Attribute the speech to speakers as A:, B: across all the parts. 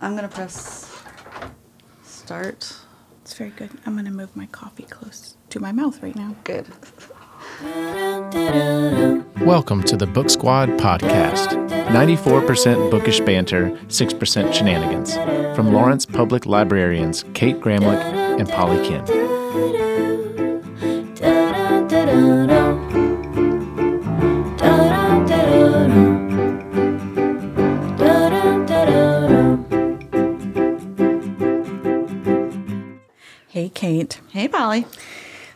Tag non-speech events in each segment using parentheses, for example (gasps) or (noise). A: I'm gonna press start.
B: It's very good. I'm going to move my coffee close to my mouth right now.
A: Good.
C: Welcome to the Book Squad podcast 94% bookish banter, 6% shenanigans. From Lawrence Public Librarians Kate Gramlich and Polly Kim.
B: Hey, Kate.
A: Hey, Polly.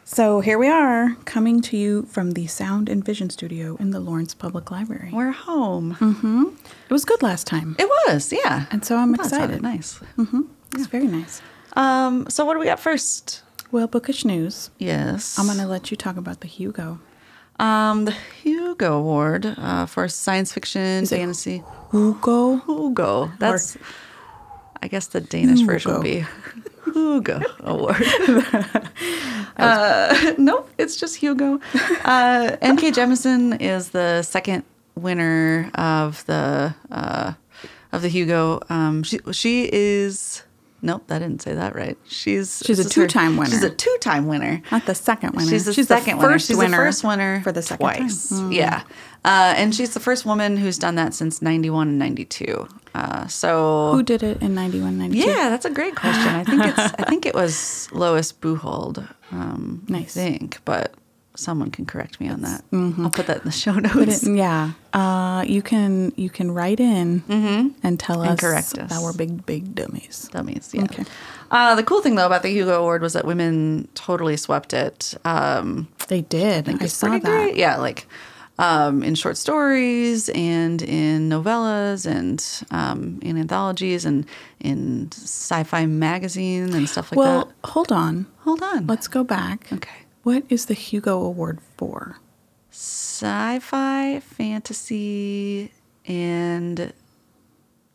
B: So here we are coming to you from the Sound and Vision Studio in the Lawrence Public Library.
A: We're home.
B: It was good last time.
A: It was, yeah.
B: And so Hmm. I'm
A: That sounded
B: excited.
A: Nice.
B: It's very nice.
A: Um, so what do we got first?
B: Well, bookish news.
A: Yes.
B: I'm going to let you talk about the Hugo.
A: um the Hugo Award uh, for science fiction,
B: it
A: fantasy.
B: Hugo?
A: Hugo. That's I guess the Danish version would be
B: Hugo.
A: Hugo (laughs) Award. uh, nope, it's just Hugo. Uh, N.K. Jemison is the second winner of the uh, of the Hugo. Um, she she is nope, that didn't say that right. She's
B: She's a
A: this is her-
B: two-time winner.
A: She's a two time winner.
B: Not the second winner.
A: She's the second winner. She's the first winner
B: for the second
A: twice.
B: time. Hmm.
A: Yeah, uh, and she's the first woman who's done that since '91 and '92. Uh, so
B: Who did it in 91, 92?
A: yeah, that's a great question. I think it's I think it
B: (laughs)
A: was Lois Buhold. Um,
B: Nice.
A: I think, but someone can correct me on that. I'll put that in the show (laughs) notes.
B: But it- yeah, uh, you can you can write in and tell
A: Mm-hmm. And
B: us
A: correct us.
B: that we're big big dummies.
A: Dummies. Yeah.
B: Okay.
A: Uh, the cool thing though about the Hugo Award was that women totally swept it. Um,
B: They did. I,
A: It's
B: saw
A: pretty
B: that.
A: great. Yeah, like um, in short stories and in novellas and um, in anthologies and in sci-fi magazine and stuff like
B: well,
A: that.
B: hold on.
A: Hold on.
B: Let's go back.
A: Okay.
B: What is the Hugo Award for?
A: sci-fi, fantasy, and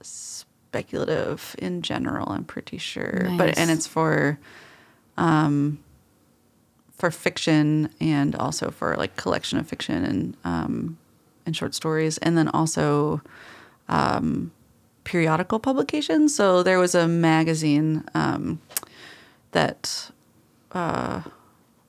A: speculative in general. I'm pretty sure, but and
B: Nice.
A: it's for, um, for fiction and also for like collection of fiction and um, and short stories, and then also. Um, periodical publications. So there was a magazine um, that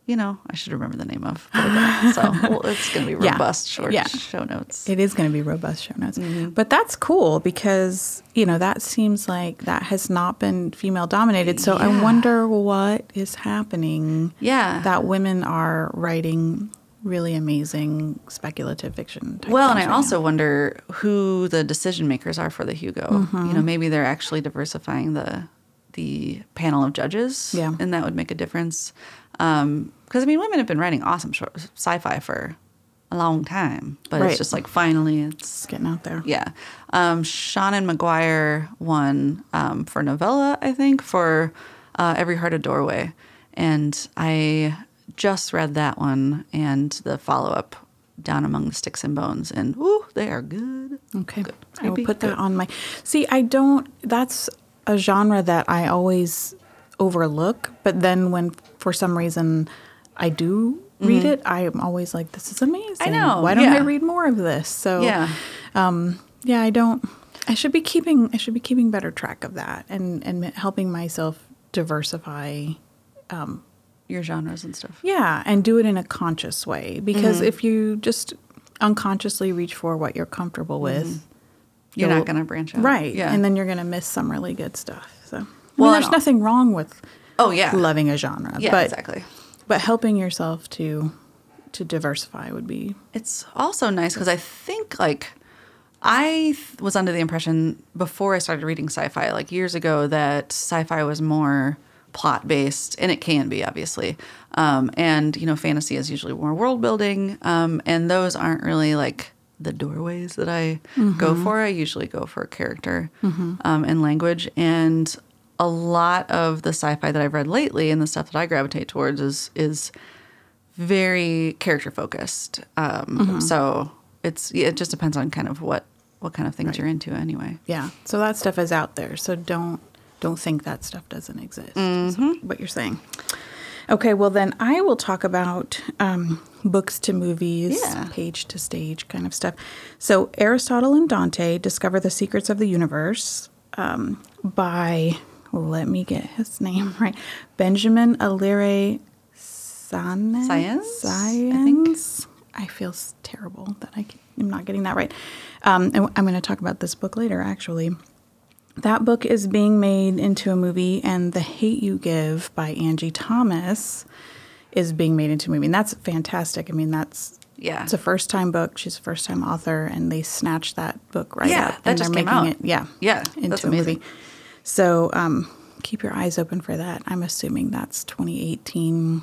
A: you know, I should remember the name of. but I don't. So (laughs) well, it's going to be
B: Yeah.
A: robust short
B: Yeah.
A: show notes.
B: It is going to be robust show notes,
A: Mm-hmm.
B: but that's cool because you know that seems like that has not been female dominated. So I
A: Yeah.
B: wonder what is happening.
A: Yeah.
B: that women are writing really amazing speculative fiction. type
A: well, and
B: things
A: I
B: right
A: also wonder who the decision makers are for the Hugo. You know, maybe they're actually diversifying the the panel of judges.
B: Yeah.
A: and that would make a difference. Because I mean, women have been writing awesome short sci-fi for a long time, but
B: Right.
A: it's just like finally it's
B: now. getting out there.
A: Yeah. Um, Shannon McGuire won um, for novella, I think, for uh, Every Heart a Doorway. And I just read that one and the follow up, Down Among the Sticks and Bones. And ooh, they are good.
B: Okay. I will
A: Maybe.
B: put
A: Good.
B: that on my. See, I don't. That's a genre that I always overlook. But then when, for some reason, I do read it, Mm-hmm. I am always like, this is amazing.
A: know,
B: Why don't I
A: yeah.
B: read more of this? So,
A: Yeah.
B: Um, yeah, I don't. I should be keeping. I should be keeping better track of that and and helping myself diversify.
A: Your genres and stuff.
B: Yeah, and do it in a conscious way because if you just unconsciously reach for what you're comfortable with,
A: You're
B: You'll-
A: not going to branch out.
B: Right.
A: Yeah.
B: And then you're going to miss some really good stuff. So, I mean,
A: Well,
B: there's
A: and al-
B: nothing wrong with
A: oh, yeah.
B: loving a genre,
A: Yeah,
B: but
A: exactly.
B: but helping yourself to to diversify would be
A: It's also nice because I think like I th- was under the impression before I started reading sci-fi like years ago that sci-fi was more plot based and it can be obviously um, and you know fantasy is usually more world building um, and those aren't really like the doorways that I go for I usually go for character um, and language and a lot of the sci-fi that I've read lately and the stuff that I gravitate towards is is very character focused. Um,
B: Mm-hmm.
A: So it's yeah, it just depends on kind of what what kind of things you're into anyway.
B: yeah. So that stuff is out there. So don't don't think that stuff doesn't exist. is
A: Mm-hmm.
B: what you're saying. Okay, well then I will talk about um, books to movies,
A: Yeah.
B: page to stage kind of stuff. So Aristotle and Dante discover the secrets of the universe. um, by, let me get his name (laughs) right, Benjamin Alire Sanes.
A: Science, I think.
B: Science. I, feel s- terrible that I c- am not getting that right. Um, and w- I'm going to talk about this book later, actually. That book is being made into a movie, and The Hate You Give by Angie Thomas is being made into a movie. And that's fantastic. I mean, that's
A: Yeah.
B: it's a first time book. She's a first time author, and they snatched that book right
A: Yeah,
B: up.
A: that
B: and
A: just
B: they're
A: came
B: making
A: out.
B: it, yeah,
A: Yeah,
B: into
A: that's
B: a
A: amazing.
B: movie. So um, keep your eyes open for that. I'm assuming that's 2018,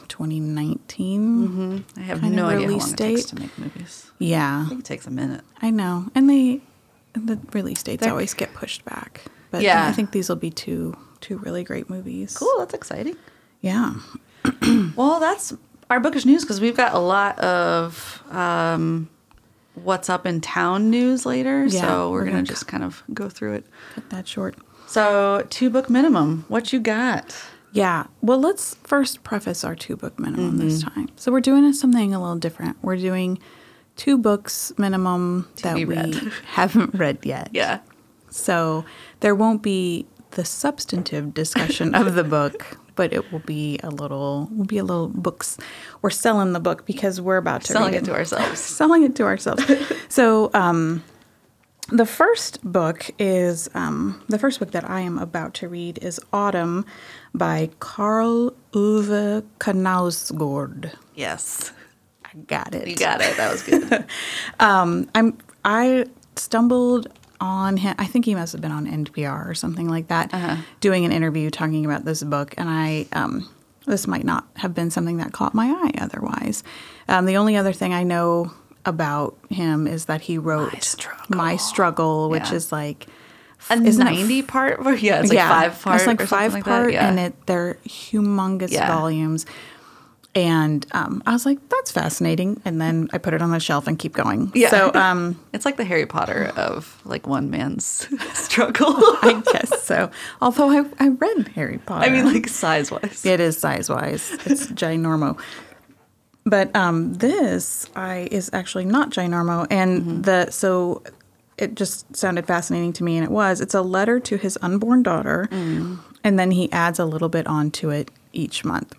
B: 2019.
A: I have
B: kind of
A: no idea how
B: release
A: long it takes
B: date.
A: to make movies.
B: Yeah,
A: I think it takes a minute.
B: I know. And they the release dates always get pushed back. But
A: Yeah.
B: I think these will be two two really great movies.
A: Cool, that's exciting.
B: Yeah.
A: Well, that's our bookish news because we've got a lot of um, what's up in town news later.
B: Yeah,
A: so we're,
B: we're
A: gonna,
B: gonna
A: just kind of go through it.
B: Cut that short.
A: So two book minimum. What you got?
B: Yeah. Well, let's first preface our two book minimum this
A: Mm-hmm.
B: time. So we're doing something a little different. We're doing two books minimum that
A: be
B: we
A: read.
B: (laughs) haven't read yet. So there won't be the substantive
A: (laughs)
B: discussion of the book, but it will be a little will be a little books. We're selling the book because we're about to
A: selling
B: read
A: it to ourselves.
B: (laughs) selling it to ourselves. so um, the first book is um, the first book that I am about to read is Autumn by Carl Uwe Knausgård.
A: Yes,
B: I got it. (laughs)
A: you got it. That was good.
B: Um, I'm I stumbled on him. I think he must have been on NPR or something like that,
A: Uh-huh.
B: doing an interview talking about this book, and I. Um, this might not have been something that caught my eye otherwise. Um, the only other thing I know about him is that he wrote
A: Struggle.
B: My Struggle, which
A: Yeah.
B: is like
A: A
B: Isn't that
A: ninety part? Where, yeah, it's like five part.
B: it's like
A: or something
B: five
A: like
B: part,
A: that. Yeah.
B: and it they're humongous
A: Yeah.
B: volumes. And um, I was like, "That's fascinating," and then I put it on the shelf and keep going.
A: Yeah. (laughs)
B: So um,
A: it's like the Harry Potter of like one
B: (laughs)
A: man's (laughs) struggle.
B: I guess so. Although I, I read Harry Potter.
A: I mean, like size wise.
B: it is size wise,
A: (laughs)
B: it's ginormo. But um, this I is actually not ginormo, and
A: Mm-hmm.
B: the so it just sounded fascinating to me, and it was. It's a letter to his unborn daughter,
A: Mm.
B: and then he adds a little bit onto it each month.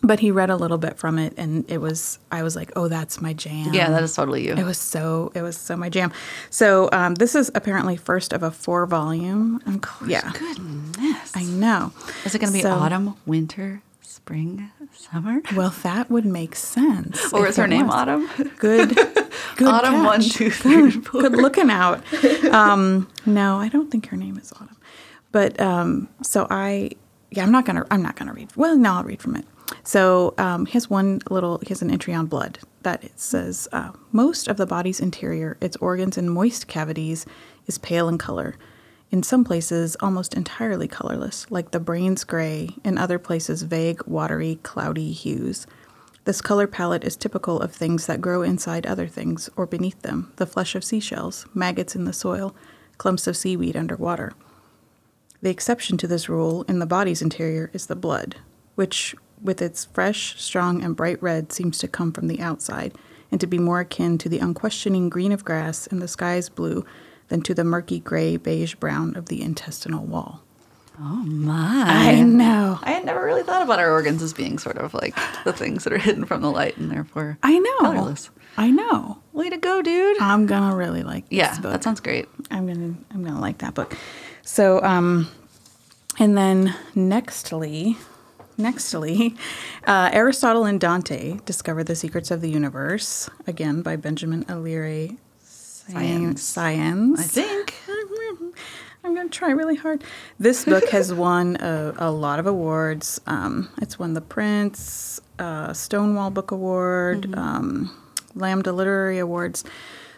B: But he read a little bit from it, and it was I was like, oh, that's my jam.
A: Yeah, that is totally you.
B: It was so it was so my jam. So um, this is apparently first of a four volume. Of course, yeah,
A: Goodness.
B: I know.
A: Is it going to be
B: So-
A: autumn, winter, spring, summer?
B: Well, that would make sense.
A: Or
B: if
A: is her
B: it
A: name
B: was.
A: Autumn? (laughs)
B: Good. Good
A: Autumn
B: catch.
A: one, two, three, four.
B: Good looking out. Um, no, I don't think her name is Autumn. But um, so I, yeah, I'm not gonna, I'm not gonna read. Well, no, I'll read from it. So um, he has one little, he has an entry on blood that it says uh, most of the body's interior, its organs and moist cavities, is pale in color. In some places, almost entirely colorless, like the brain's gray, in other places, vague, watery, cloudy hues. This color palette is typical of things that grow inside other things or beneath them the flesh of seashells, maggots in the soil, clumps of seaweed underwater. The exception to this rule in the body's interior is the blood, which, with its fresh, strong, and bright red, seems to come from the outside and to be more akin to the unquestioning green of grass and the sky's blue than to the murky gray, beige brown of the intestinal wall.
A: Oh my.
B: I know.
A: I had never really thought about our organs as being sort of like the things that are hidden from the light and therefore
B: I know.
A: colorless.
B: I know.
A: Way to go, dude.
B: I'm gonna really like this
A: yeah,
B: book.
A: that sounds great.
B: I'm gonna I'm gonna like that book. So um, and then nextly, nextly, (laughs) uh, Aristotle and Dante discover the secrets of the universe again by Benjamin Alire.
A: Science.
B: Science.
A: I think.
B: (laughs) I'm going to try really hard. This book has won a, a lot of awards. Um, it's won the Prince, uh, Stonewall Book Award, um, Lambda Literary Awards.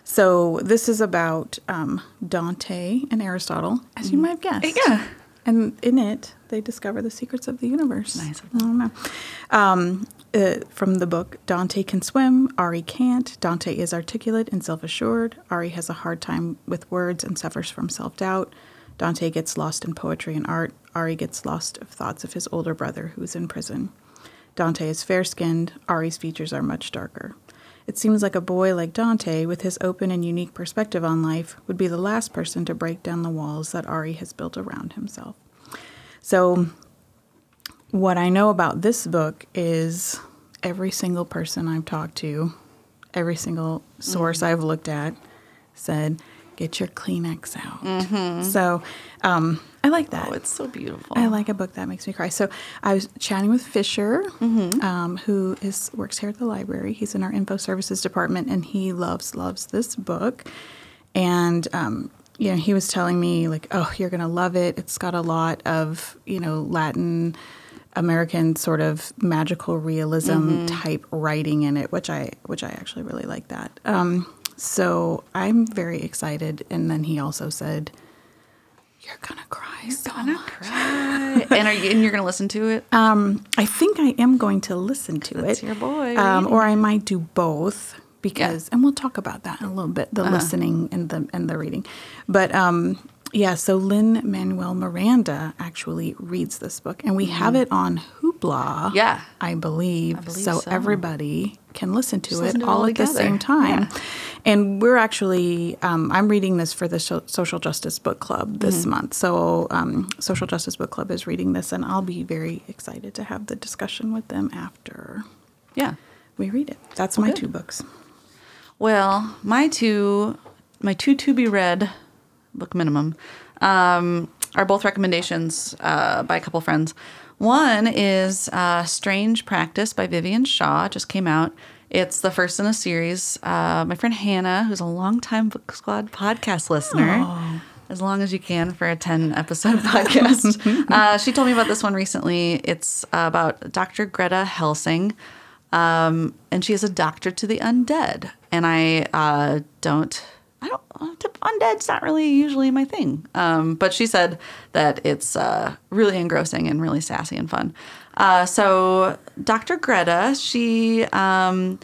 B: So this is about um, Dante and Aristotle, as you might have guessed.
A: Yeah.
B: And in it, they discover the secrets of the universe.
A: Nice of
B: I don't know. Um, uh, from the book, Dante can swim, Ari can't. Dante is articulate and self assured. Ari has a hard time with words and suffers from self doubt. Dante gets lost in poetry and art. Ari gets lost of thoughts of his older brother who is in prison. Dante is fair skinned. Ari's features are much darker. It seems like a boy like Dante, with his open and unique perspective on life, would be the last person to break down the walls that Ari has built around himself. So, what I know about this book is every single person I've talked to, every single source
A: Mm.
B: I've looked at said, get your Kleenex out. So, um, I like that.
A: Mm-hmm. Oh, it's so beautiful.
B: I like a book that makes me cry. So I was chatting with Fisher, um, who is works here at the library. He's in our info services department, and he loves loves this book. And um, you know, he was telling me like, "Oh, you're gonna love it. It's got a lot of you know Latin." American sort of magical realism type writing in it, which I which I actually really like that. Um, so I'm very excited. And then he also said, "You're gonna cry so much."
A: and are you, and you're gonna listen to it?
B: Um, I think I am going to listen to
A: That's
B: it.
A: your boy.
B: Um, or I might do both because, and we'll talk about that in a little bit, the
A: Uh-huh.
B: listening and the and the reading. But um, yeah, so Lynn Manuel Miranda actually reads this book, and we have it on Hoopla.
A: Mm. Yeah.
B: I believe,
A: believe
B: so,
A: so.
B: Everybody can listen to
A: Just
B: it
A: listen to it
B: all
A: all
B: at the
A: together.
B: same time. And we're actually, um, I'm reading this for the so- Social Justice Book Club this
A: Mm-hmm.
B: month. So, um, Social Justice Book Club is reading this, and I'll be very excited to have the discussion with them after
A: yeah.
B: we read it. That's my
A: good.
B: two books.
A: Well, my two, my two to be read, book minimum, um, are both recommendations uh, by a couple friends. One is uh, Strange Practice by Vivian Shaw, just came out. It's the first in a series. Uh, my friend Hannah, who's a longtime Book Squad podcast listener, as long as you can for a 10 episode (laughs) podcast, uh, she told me about this one recently. It's about Dr. Greta Helsing um, and she is a doctor to the undead. And I uh, don't, I don't, uh, to- undead's not really usually my thing. Um, but she said that it's uh, really engrossing and really sassy and fun. Uh, so Dr. Greta, she um,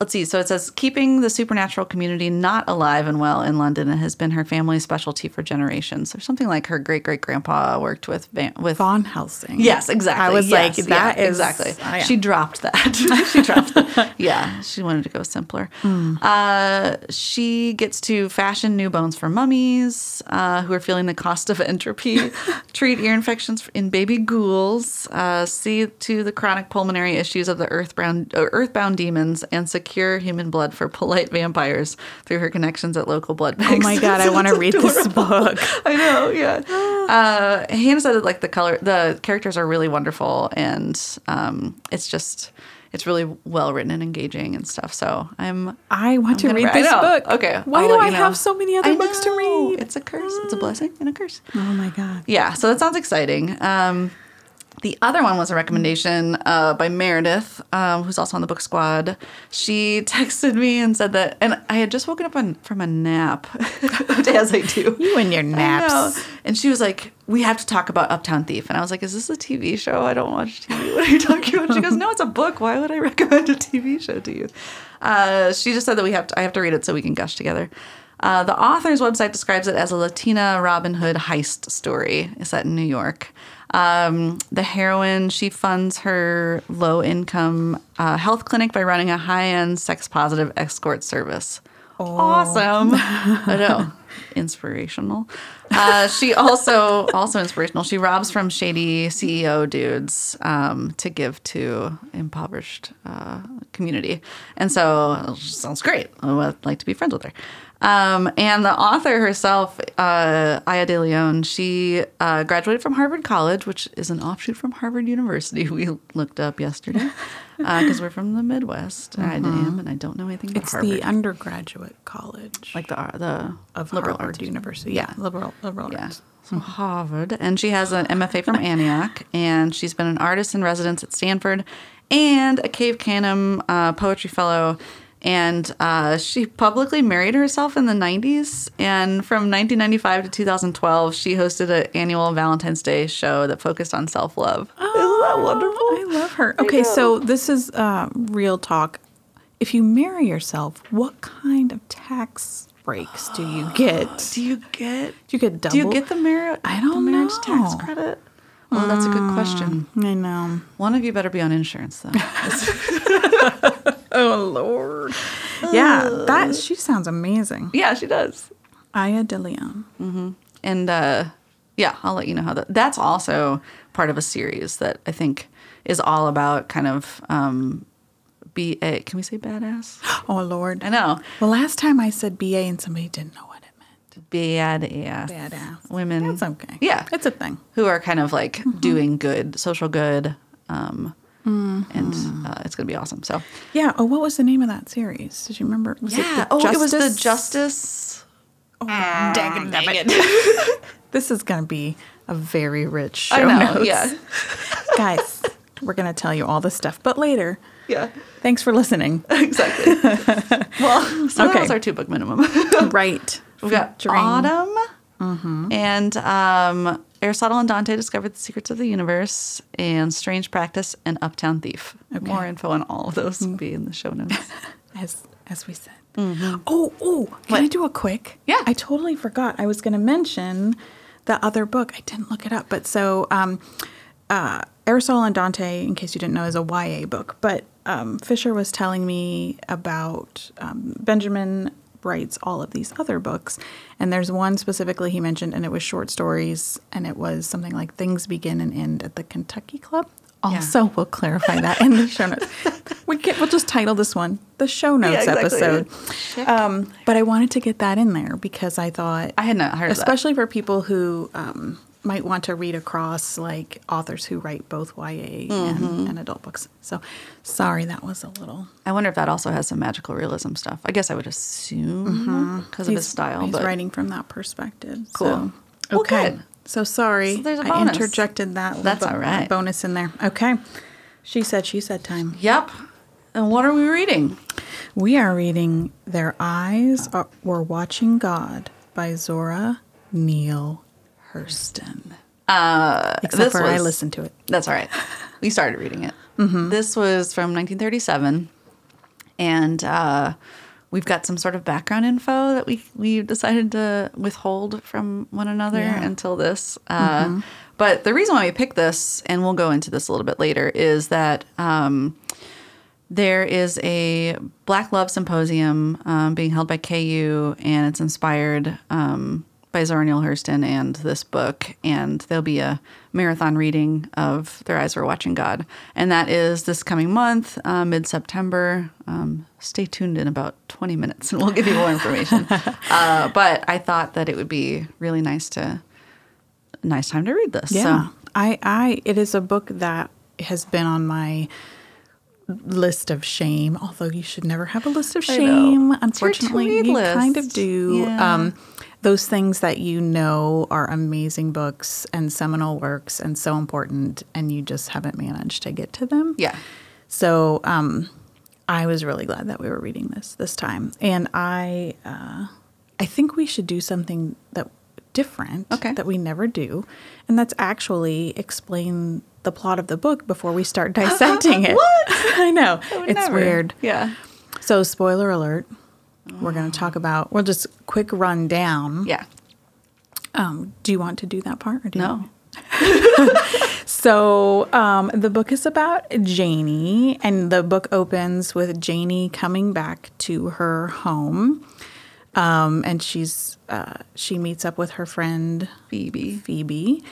A: let's see. So it says keeping the supernatural community not alive and well in London has been her family's specialty for generations. Or something like her great great grandpa worked with va- with
B: Von Helsing.
A: Yes, exactly.
B: I was
A: Yes,
B: like, that
A: yeah,
B: is (laughs)
A: exactly.
B: Oh, yeah.
A: She dropped
B: (laughs)
A: that. (laughs) she dropped. That. Yeah, she wanted to go simpler.
B: Mm.
A: Uh, she gets to fashion new bones for mummies uh, who are feeling the cost of (laughs) entropy,
B: (laughs)
A: treat ear infections in baby ghouls, uh, see to the chronic pulmonary issues of the earthbound uh, earthbound demons, and secure human blood for polite vampires through her connections at local blood
B: Oh
A: banks.
B: my
A: (laughs)
B: god, I want to read this book.
A: I know, (sighs) yeah. Uh, Hannah said that like the color, the characters are really wonderful, and um, it's just it's really well written and engaging and stuff. So I'm
B: I want to
A: gonna
B: read
A: write- I
B: this
A: know.
B: book.
A: Okay,
B: Why
A: I'll
B: do
A: let
B: I
A: you know.
B: have so many other
A: I
B: books to
A: know.
B: read?
A: It's a curse. It's a blessing and a curse.
B: oh my god.
A: Yeah, so that sounds exciting. Um, the other one was a recommendation uh, by Meredith, um, who's also on the book squad. She (laughs) texted me and said that, and I had just woken up on, from a nap, (laughs) as I do.
B: You and your
A: I know.
B: naps.
A: And she was like, "We have to talk about Uptown Thief." And I was like, "Is this a TV show? I don't watch TV. What are you talking about?" She goes, "No, it's a book. Why would I recommend a TV show to you?" Uh, she just said that we have to, I have to read it so we can gush together. Uh, the author's website describes it as a Latina Robin Hood heist story. It's set in New York. Um, the heroine she funds her low income uh, health clinic by running a high end sex positive escort service. Oh. Awesome! (laughs) I know, inspirational. Uh, she also also inspirational. She robs from shady CEO dudes um, to give to impoverished uh, community, and so sounds great. I would like to be friends with her. Um, and the author herself, uh, Aya De Leon, she uh, graduated from Harvard College, which is an offshoot from Harvard University. (laughs) We looked up yesterday because we're from the Midwest. I am, and I don't know anything about
B: Uh-huh. It's
A: Harvard.
B: the undergraduate college
A: like the the
B: of
A: liberal
B: Harvard
A: arts.
B: University. Yeah, liberal liberal
A: Yeah.
B: arts.
A: From Harvard. And she has an MFA from Antioch, and she's been an artist in residence at Stanford and a Cave Canem uh, poetry fellow. And uh, she publicly married herself in the 90s. And from 1995 to 2012, she hosted an annual Valentine's Day show that focused on self love. Isn't that wonderful?
B: Oh, I love her. Okay, so this is uh, real talk. If you marry yourself, what kind of tax breaks
A: (gasps)
B: do you get? Do
A: Do you get
B: you get double?
A: do you get the marriage?
B: I
A: the
B: don't
A: marriage tax
B: know.
A: credit. Well, that's a good question.
B: I know.
A: One of you better be on insurance, though.
B: Oh Lord. Yeah, that she sounds amazing.
A: Yeah, she does.
B: Aya de Leon. (gasps)
A: and uh, yeah, I'll let you know how that. That's also part of a series that I think is all about kind of um, be a. Can we say badass?
B: Oh Lord.
A: I know (gasps)
B: The last time I said BA and somebody didn't know what it meant.
A: badass. Mm-hmm.
B: Badass.
A: women.
B: That's okay.
A: Yeah,
B: It's a thing.
A: who are kind of like doing good, social good, um, and uh, it's gonna be awesome. So
B: Yeah. Oh, what was the name of that series? Did you remember? Was
A: yeah.
B: the
A: oh, it was the
B: Justice-
A: justice.
B: Dang it, dang it. this is going to be a very rich show.
A: I know.
B: notes.
A: Yeah.
B: (laughs) Guys, we're going to tell you all this stuff, but later.
A: Yeah.
B: Thanks for listening.
A: (laughs) Exactly. (laughs) well, so
B: Okay.
A: that was our two book minimum. (laughs)
B: right.
A: We've got
B: Featuring-
A: Autumn and um, Aristotle and Dante discovered the secrets of the universe and Strange Practice and Uptown Thief.
B: Okay.
A: More info on all of those will be in the show notes.
B: As as we said. Oh, oh, can I do a quick?
A: Mm-hmm. Yeah.
B: I totally forgot. I was going to mention the other book. I didn't look it up, but so um, uh, Aristotle and Dante, in case you didn't know, is a YA book. But um, Fisher was telling me about um, Benjamin writes all of these other books, and there's one specifically he mentioned, and it was short stories, and it was something like "Things Begin and End at the Kentucky Club."
A: Yeah.
B: (laughs) Also, Oh, we'll clarify that in the show notes. We can, we'll just title this one the show notes
A: Yeah, exactly.
B: episode. Um, but I wanted to get that in there because I thought,
A: (laughs) I had not heard of that.
B: especially for people who um, might want to read across like authors who write both YA
A: Mm-hmm.
B: and, and adult books. So sorry, that was a little.
A: I wonder if that also has some magical realism stuff. I guess I would assume because of his
B: he's-
A: style.
B: He's
A: but
B: writing from that perspective.
A: Cool.
B: So.
A: Well,
B: Okay.
A: good.
B: So sorry,
A: So there's a
B: I
A: bonus.
B: interjected that.
A: That's
B: little
A: all right.
B: Bonus in there. Okay. She said. She said. Time.
A: Yep. And what are we reading?
B: We are reading Their Eyes Are- Were Watching God by Zora Neale Hurston. Uh, Except
A: this
B: for I
A: was-
B: listened to it. Mm-hmm.
A: That's all right. We started reading it. This was from 1937, and uh, we've got some sort of background info that we we decided to withhold from one another
B: Yeah. Mm-hmm.
A: until this. Uh, But the reason why we picked this, and we'll go into this a little bit later, is that. Um, there is a Black Love Symposium um, being held by KU, and it's inspired um, by Zora Neale Hurston and this book. And there'll be a marathon reading of Their Eyes Were Watching God, and that is this coming month, uh, mid September. Um, stay tuned in about 20 minutes, and we'll give
B: (laughs)
A: you more information. uh, but I thought that it would be really nice to nice time to read this.
B: Yeah.
A: So
B: I, I, it is a book that has been on my list of shame, although you should never have a list of
A: I know.
B: shame.
A: It's your
B: Unfortunately,
A: to-read
B: you kind of
A: list.
B: do.
A: Yeah.
B: Um, those things that you know are amazing books and seminal works and so important, and you just haven't managed to get to them.
A: yeah,
B: So um, I was really glad that we were reading this this time, and I uh, I think we should do something that different
A: Okay.
B: that we never do, and that's actually explain the plot of the book before we start
A: (laughs)
B: dissecting it. what (laughs) I know
A: I would
B: it's
A: never-
B: weird.
A: Yeah,
B: So spoiler alert. We're going to talk about. We'll just quick rundown.
A: yeah.
B: Um, do you want to do that part or do you
A: No.
B: want me- So um, the book is about Janie, and the book opens with Janie coming back to her home, um, and she's uh, she meets up with her friend
A: Phoebe.
B: Phoebe,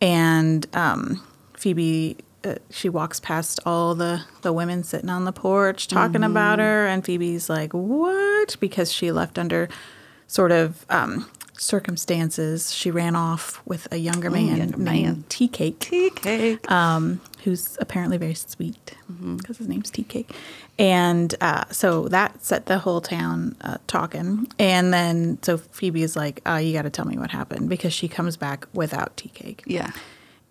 B: and um, Phoebe. Uh, she walks past all the, the women sitting on the porch talking
A: Mm-hmm.
B: about her, and Phoebe's like, "What?" Because she left under sort of um, circumstances. She ran off with a younger man
A: younger
B: named
A: man.
B: Tea Cake
A: Tea cake.
B: um, who's apparently very sweet because his name's Tea Cake. And uh, so that set the whole town uh, talking. And then so Phoebe is like, uh, "You got to tell me what happened," because she comes back without Tea Cake.
A: yeah.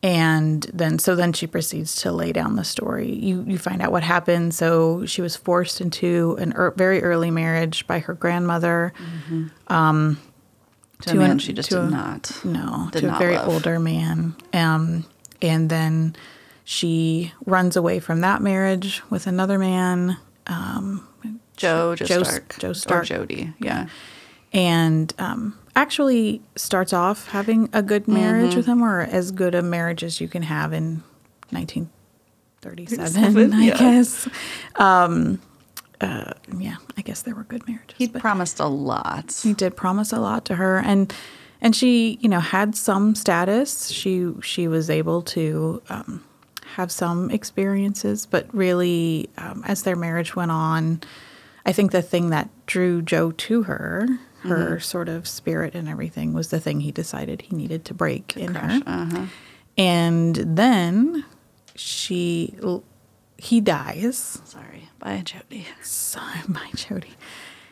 B: And then so then she proceeds to lay down the story. You you find out what happened. So she was forced into an er- very early marriage by her grandmother.
A: To,
B: To
A: a man
B: an-
A: she just
B: to
A: did
B: a-
A: not.
B: No,
A: did
B: to
A: not
B: a very
A: love.
B: older man. Um, and then she runs away from that marriage with another man. Um,
A: Joe, Joe,
B: Joe-
A: Stark.
B: Joe Stark.
A: Or Jody. Yeah.
B: and um, actually starts off having a good marriage
A: Mm-hmm.
B: with him, or as good a marriage as you can have in 1937,
A: (laughs)
B: I
A: yeah.
B: guess. Um, uh, yeah, I guess there were good marriages.
A: He
B: but-
A: promised a lot.
B: he did promise a lot to her and and she you know had some status she she was able to um, have some experiences but really um, as their marriage went on i think the thing that drew joe to her her sort of spirit and everything was the thing he decided he needed to break in her and then she l- he dies
A: Sorry. Bye, Jody.
B: sorry my jody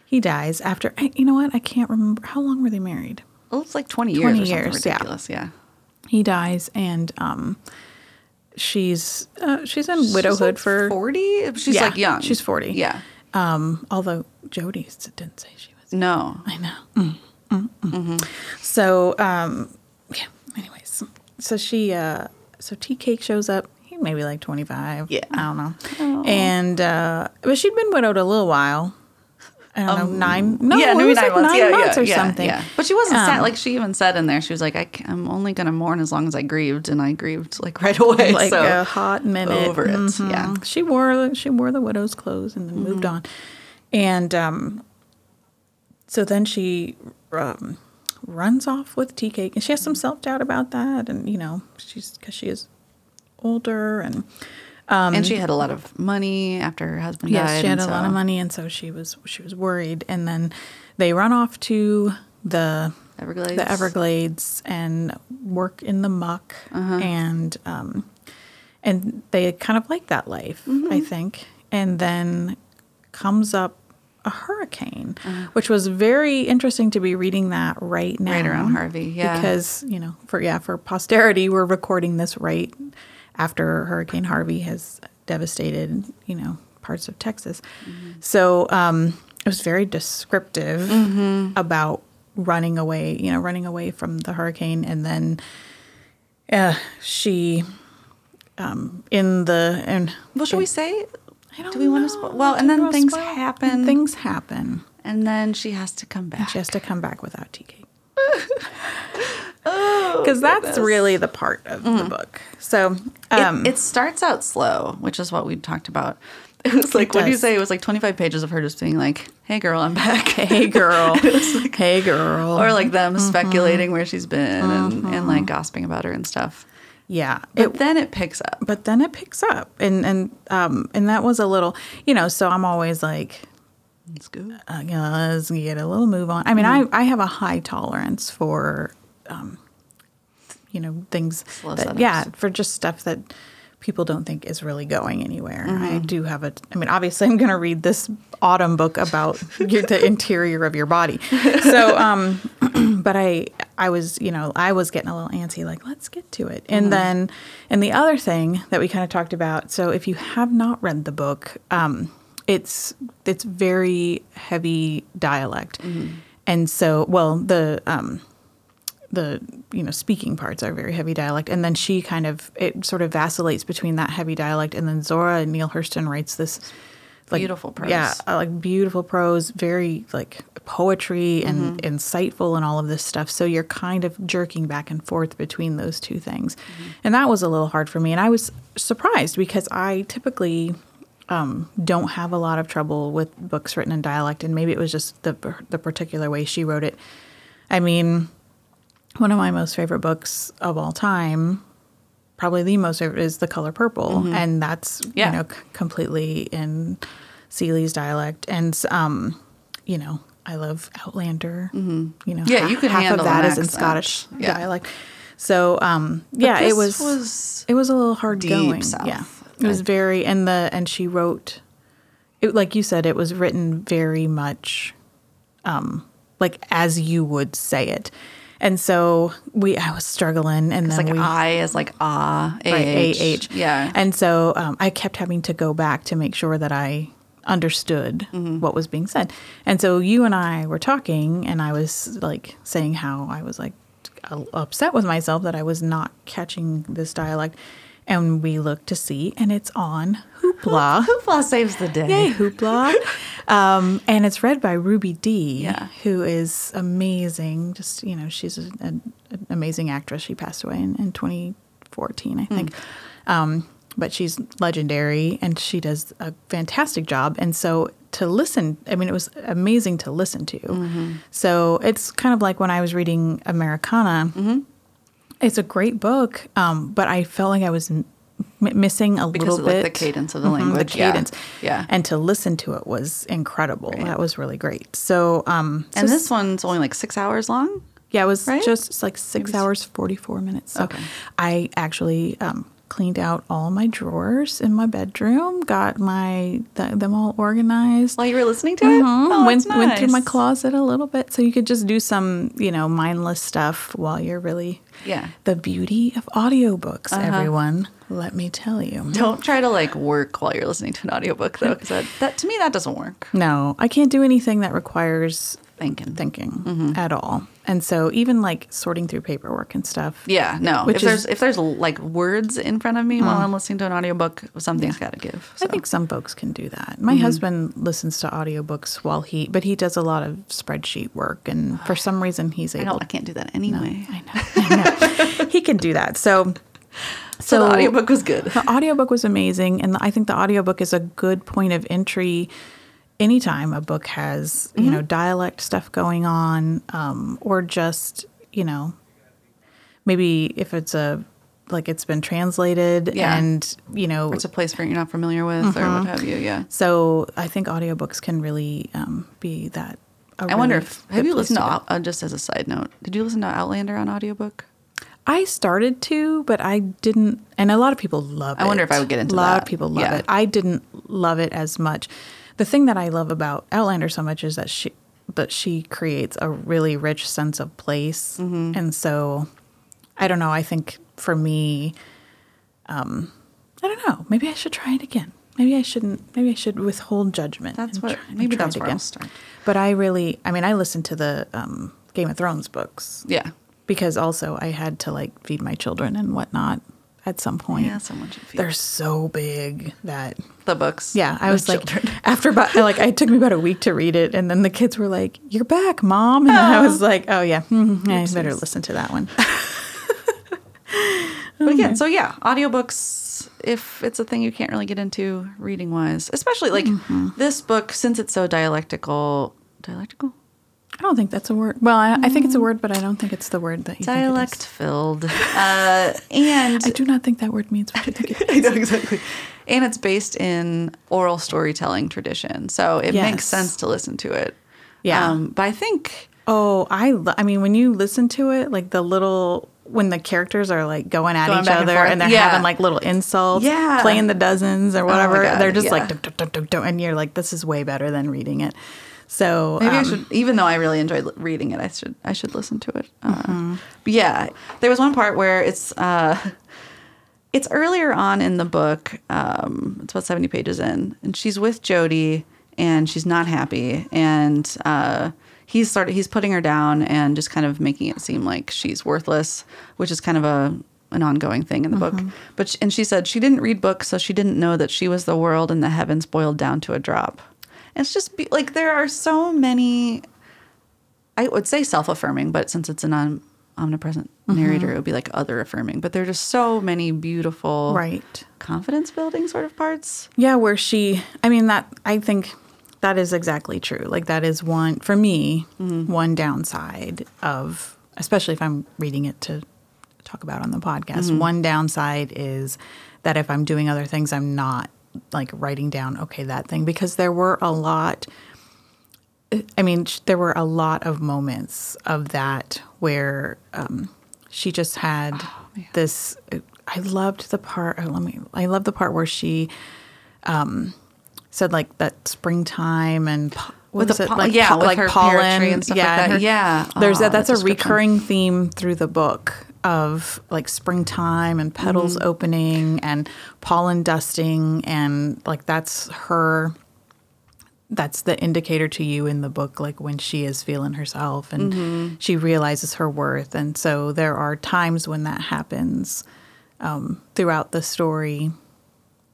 B: he dies after I, you know what i can't remember how long were they married
A: Well, it's like 20 years
B: 20
A: or something
B: years, yeah.
A: ridiculous. Yeah.
B: he dies and um she's uh, she's in widowhood for
A: 40? She's
B: Yeah,
A: like young.
B: she's 40.
A: Yeah.
B: um although jody s- didn't say she was
A: No.
B: i know Mm, mm, mm. so um yeah anyways so she uh so tea cake shows up he maybe like 25
A: Yeah. Oh.
B: i don't know and uh but she'd been widowed a little while I don't know, nine. No,
A: Um, yeah,
B: it
A: maybe
B: was
A: nine
B: like
A: months.
B: nine
A: yeah,
B: months
A: yeah,
B: or
A: yeah,
B: something.
A: yeah. But she wasn't sad.
B: Um,
A: Like she even said in there, she was like, I, c- I'm only going to mourn as long as I grieved. And I grieved like (laughs) right away.
B: (laughs) like uh,
A: so
B: a hot minute Mm-hmm.
A: over it, yeah. Mm-hmm.
B: she wore she wore the widow's clothes and then moved on, and um, so then she um, runs off with tea cake, and she has some self doubt about that, and you know she's because she is older and um,
A: and she had a lot of money after her husband died.
B: yes, she had
A: and
B: a lot
A: so-
B: of money, and so she was she was worried, and then they run off to the
A: Everglades.
B: the Everglades and work in the muck
A: Uh-huh.
B: and um, and they kind of like that life,
A: Mm-hmm.
B: I think. And then comes up a hurricane, which was very interesting to be reading that right now,
A: Uh-huh. Right around Harvey, yeah.
B: because you know for yeah for posterity we're recording this right after Hurricane Harvey has devastated you know parts of Texas, so um, it was very descriptive
A: Mm-hmm.
B: about running away, you know, running away from the hurricane, and then uh, she um, in the and
A: Well, should we say?
B: I don't
A: Do we want to
B: know.
A: spoil? Well,
B: Do
A: and
B: we
A: then
B: wanna
A: things
B: spoil? And
A: happen.
B: Things happen.
A: And then she has to come back.
B: She has to come back without tea
A: (laughs)
B: cake.
A: Oh,
B: Because that's really the part of the book. So,
A: Mm. It-
B: um,
A: it, starts out slow, which is what we talked about. (laughs) It was like, what do you
B: does.
A: say? It was like 25 pages of her just being like, hey, girl, I'm back.
B: (laughs)
A: (laughs)
B: hey (laughs) girl, Mm-hmm. hey girl,
A: or like them speculating where she's been and,
B: Mm-hmm.
A: and like gossiping about her and stuff.
B: yeah.
A: But then it picks up.
B: but then it picks up, and and um, and that was a little, you know. So I'm always like,
A: It's good.
B: uh, you know, let's get a little move on. I mean,
A: Mm-hmm.
B: I, I have a high tolerance for, um, you know, things.
A: Slow
B: that,
A: setups.
B: yeah, for just stuff that people don't think is really going anywhere. I do have a. I mean, obviously, I'm going to read this autumn book about (laughs) your, the interior of your body. So, um, (clears throat) but I I was you know I was getting a little antsy like let's get to it and then and the other thing that we kind of talked about so if you have not read the book um, it's it's very heavy dialect and so well the um, the you know speaking parts are very heavy dialect and then she kind of it sort of vacillates between that heavy dialect and then Zora Neale Hurston writes this like
A: Beautiful prose.
B: yeah uh, like beautiful prose, very like poetry and
A: Mm-hmm.
B: insightful and all of this stuff. So you're kind of jerking back and forth between those two things.
A: Mm-hmm.
B: And that was a little hard for me. And I was surprised because I typically um, don't have a lot of trouble with books written in dialect. And maybe it was just the, the particular way she wrote it. I mean, one of my most favorite books of all time, probably the most favorite, is The Color Purple, and that's
A: Mm-hmm. Yeah.
B: you know c- completely in Seeley's dialect, and um, you know I love Outlander. You know,
A: Mm-hmm. Yeah,
B: ha-
A: you can
B: half
A: handle
B: of that
A: an
B: is in
A: accent.
B: Scottish
A: Yeah.
B: dialect. So um, yeah,
A: this
B: it was,
A: was
B: it was a little hard
A: deep
B: going.
A: south.
B: Yeah, it was very and the and she wrote, it, like you said, it was written very much um, like as you would say it. And so we, I was struggling, and
A: It's
B: then
A: like
B: we,
A: I is like ah, AH.
B: right, AH.
A: Yeah.
B: And so um, I kept having to go back to make sure that I understood what was being said. And so you and I were talking, and I was like saying how I was like u- upset with myself that I was not catching this dialect. And we looked to see, and it's on Hoopla.
A: Hoopla saves the day.
B: Yay,
A: (laughs)
B: Hoopla. um, and it's read by Ruby Dee,
A: Yeah.
B: who is amazing. Just, you know, she's a- an, an amazing actress. She passed away in, in 2014,
A: Hmm.
B: I think. Um, but she's legendary and she does a fantastic job. And so to listen. I mean, it was amazing to listen to.
A: Mm-hmm.
B: So it's kind of like when I was reading Americana.
A: Mm-hmm.
B: It's a great book, um, but I felt like I was m- missing a
A: because
B: little
A: of like
B: bit
A: the cadence of the
B: Mhm,
A: language.
B: the cadence.
A: Yeah. yeah.
B: And to listen to it was incredible. That was really great. So, um, so
A: And this one's only like six hours long.
B: yeah, it was
A: Right?
B: just it's like six hours, 44 minutes. So I actually um, cleaned out all my drawers in my bedroom, got my th- them all organized.
A: While Oh, you were listening to it,
B: Mhm.
A: oh,
B: went,
A: that's
B: went through my
A: nice.
B: closet a little bit. So you could just do some, you know, mindless stuff while you're really.
A: Yeah. Uh-huh.
B: The beauty of audiobooks, everyone, let me tell you.
A: Don't try to like work while you're listening to an audiobook though, because that, that to me that doesn't work.
B: No, I can't do anything that requires
A: Thinking. Mm-hmm.
B: thinking at all. And so even like sorting through paperwork and stuff.
A: Yeah, no.
B: Which
A: if there's
B: is- Mm.
A: if there's like words in front of me while I'm listening to an audiobook, something's got to give. So.
B: I think some folks can do that. My
A: Mm-hmm.
B: husband listens to audiobooks while he but he does a lot of spreadsheet work and for some reason he's
A: I
B: able
A: don't. I can't do that anyway.
B: I know. I know. (laughs) he can do that. So
A: So, the audiobook was
B: (laughs)
A: good.
B: the audiobook was amazing and i think the audiobook is a good point of entry anytime a book has
A: Mm-hmm.
B: you know dialect stuff going on um, or just you know maybe if it's a like it's been translated
A: Yeah.
B: and you know
A: It's a place where you're not familiar with or
B: Mm-hmm.
A: what have you. Yeah.
B: so i think audiobooks can really um, be that a
A: I wonder
B: really
A: if
B: good
A: have you
B: place
A: listened to,
B: go.
A: Out- uh, just as a side note? Did you listen to Outlander on audiobook?
B: I started to, but I didn't. And a lot of people love it.
A: I wonder if I would get into
B: A lot
A: that.
B: of people love
A: Yeah.
B: it. I didn't love it as much. The thing that I love about Outlander so much is that she that she creates a really rich sense of place,
A: Mm-hmm.
B: and so I don't know. I think for me, um, I don't know. Maybe I should try it again. Maybe I shouldn't. Maybe I should withhold judgment.
A: That's
B: and
A: what-
B: try- and
A: maybe
B: try
A: that's
B: it
A: where I'll
B: again.
A: start.
B: But I really, I mean, I listened to the um, Game of Thrones books
A: Yeah.
B: because also I had to like feed my children and whatnot at some point.
A: Yeah, someone should feed
B: They're so big that
A: the books.
B: yeah, I
A: the
B: was like
A: children.
B: (laughs) after about like it took me about a week to read it, and then the kids were like, "You're back, mom," and I was like, "Oh yeah, hmm, I better listen to that one."
A: But again, so yeah, audiobooks, if it's a thing you can't really get into reading wise, especially like
B: Mm-hmm.
A: this book, since it's so dialectical, dialectical?
B: I don't think that's a word. Well, I, I think it's a word, but I don't think it's the word that you
A: Dialect filled. Uh, and
B: Think it is. I do not think that word means what you think it
A: I know exactly. And it's based in oral storytelling tradition. So it
B: Yes.
A: makes sense to listen to it. Um,
B: Yeah.
A: but I think,
B: Oh, I lo- I mean when you listen to it, like the little when the characters are like going at
A: Going
B: each
A: back and
B: other and,
A: forth.
B: they're
A: Yeah.
B: having like little insults,
A: Yeah. Oh
B: playing the dozens or
A: my
B: whatever,
A: God,
B: they're just like
A: yeah.
B: dum, dum, dum, dum, dum, and you're like this is way better than reading it. So
A: maybe I
B: um,
A: should, even though I really enjoyed l- reading it, I should, I should listen to it. Uh,
B: Mm-hmm.
A: but yeah. There was one part where it's, uh, it's earlier on in the book. Um, it's about 70 pages in. And she's with Jody and she's not happy. And uh, he's sort of he's putting her down and just kind of making it seem like she's worthless, which is kind of a an ongoing thing in the book. But sh and she said she didn't read books, so she didn't know that she was the world and the heavens boiled down to a drop. And it's just be, like there are so many I would say self affirming, but since it's an om- omnipresent narrator, it would be like other affirming. But there are just so many beautiful,
B: right.
A: confidence building sort of parts.
B: Yeah, where she, I mean, that, I think that is exactly true. Like, that is one, for me, one downside of, especially if I'm reading it to talk about on the podcast, one downside is that if I'm doing other things, I'm not like writing down, okay, that thing, because there were a lot. I mean, sh- there were a lot of moments of that where um, she just had
A: Oh,
B: this. uh, I loved the part. Oh, let me. I love the part where she um, said like that springtime and po- what
A: With
B: was
A: the
B: it
A: pol-
B: like
A: yeah,
B: po-
A: with
B: like
A: her
B: pollen
A: poetry and stuff like that.
B: her-
A: Yeah. Oh,
B: there's
A: Aw,
B: that. That's
A: that
B: a
A: description.
B: recurring theme through the book of like springtime and petals
A: Mm-hmm.
B: opening and pollen dusting and like that's her that's the indicator to you in the book like when she is feeling herself and she realizes her worth and so there are times when that happens um, throughout the story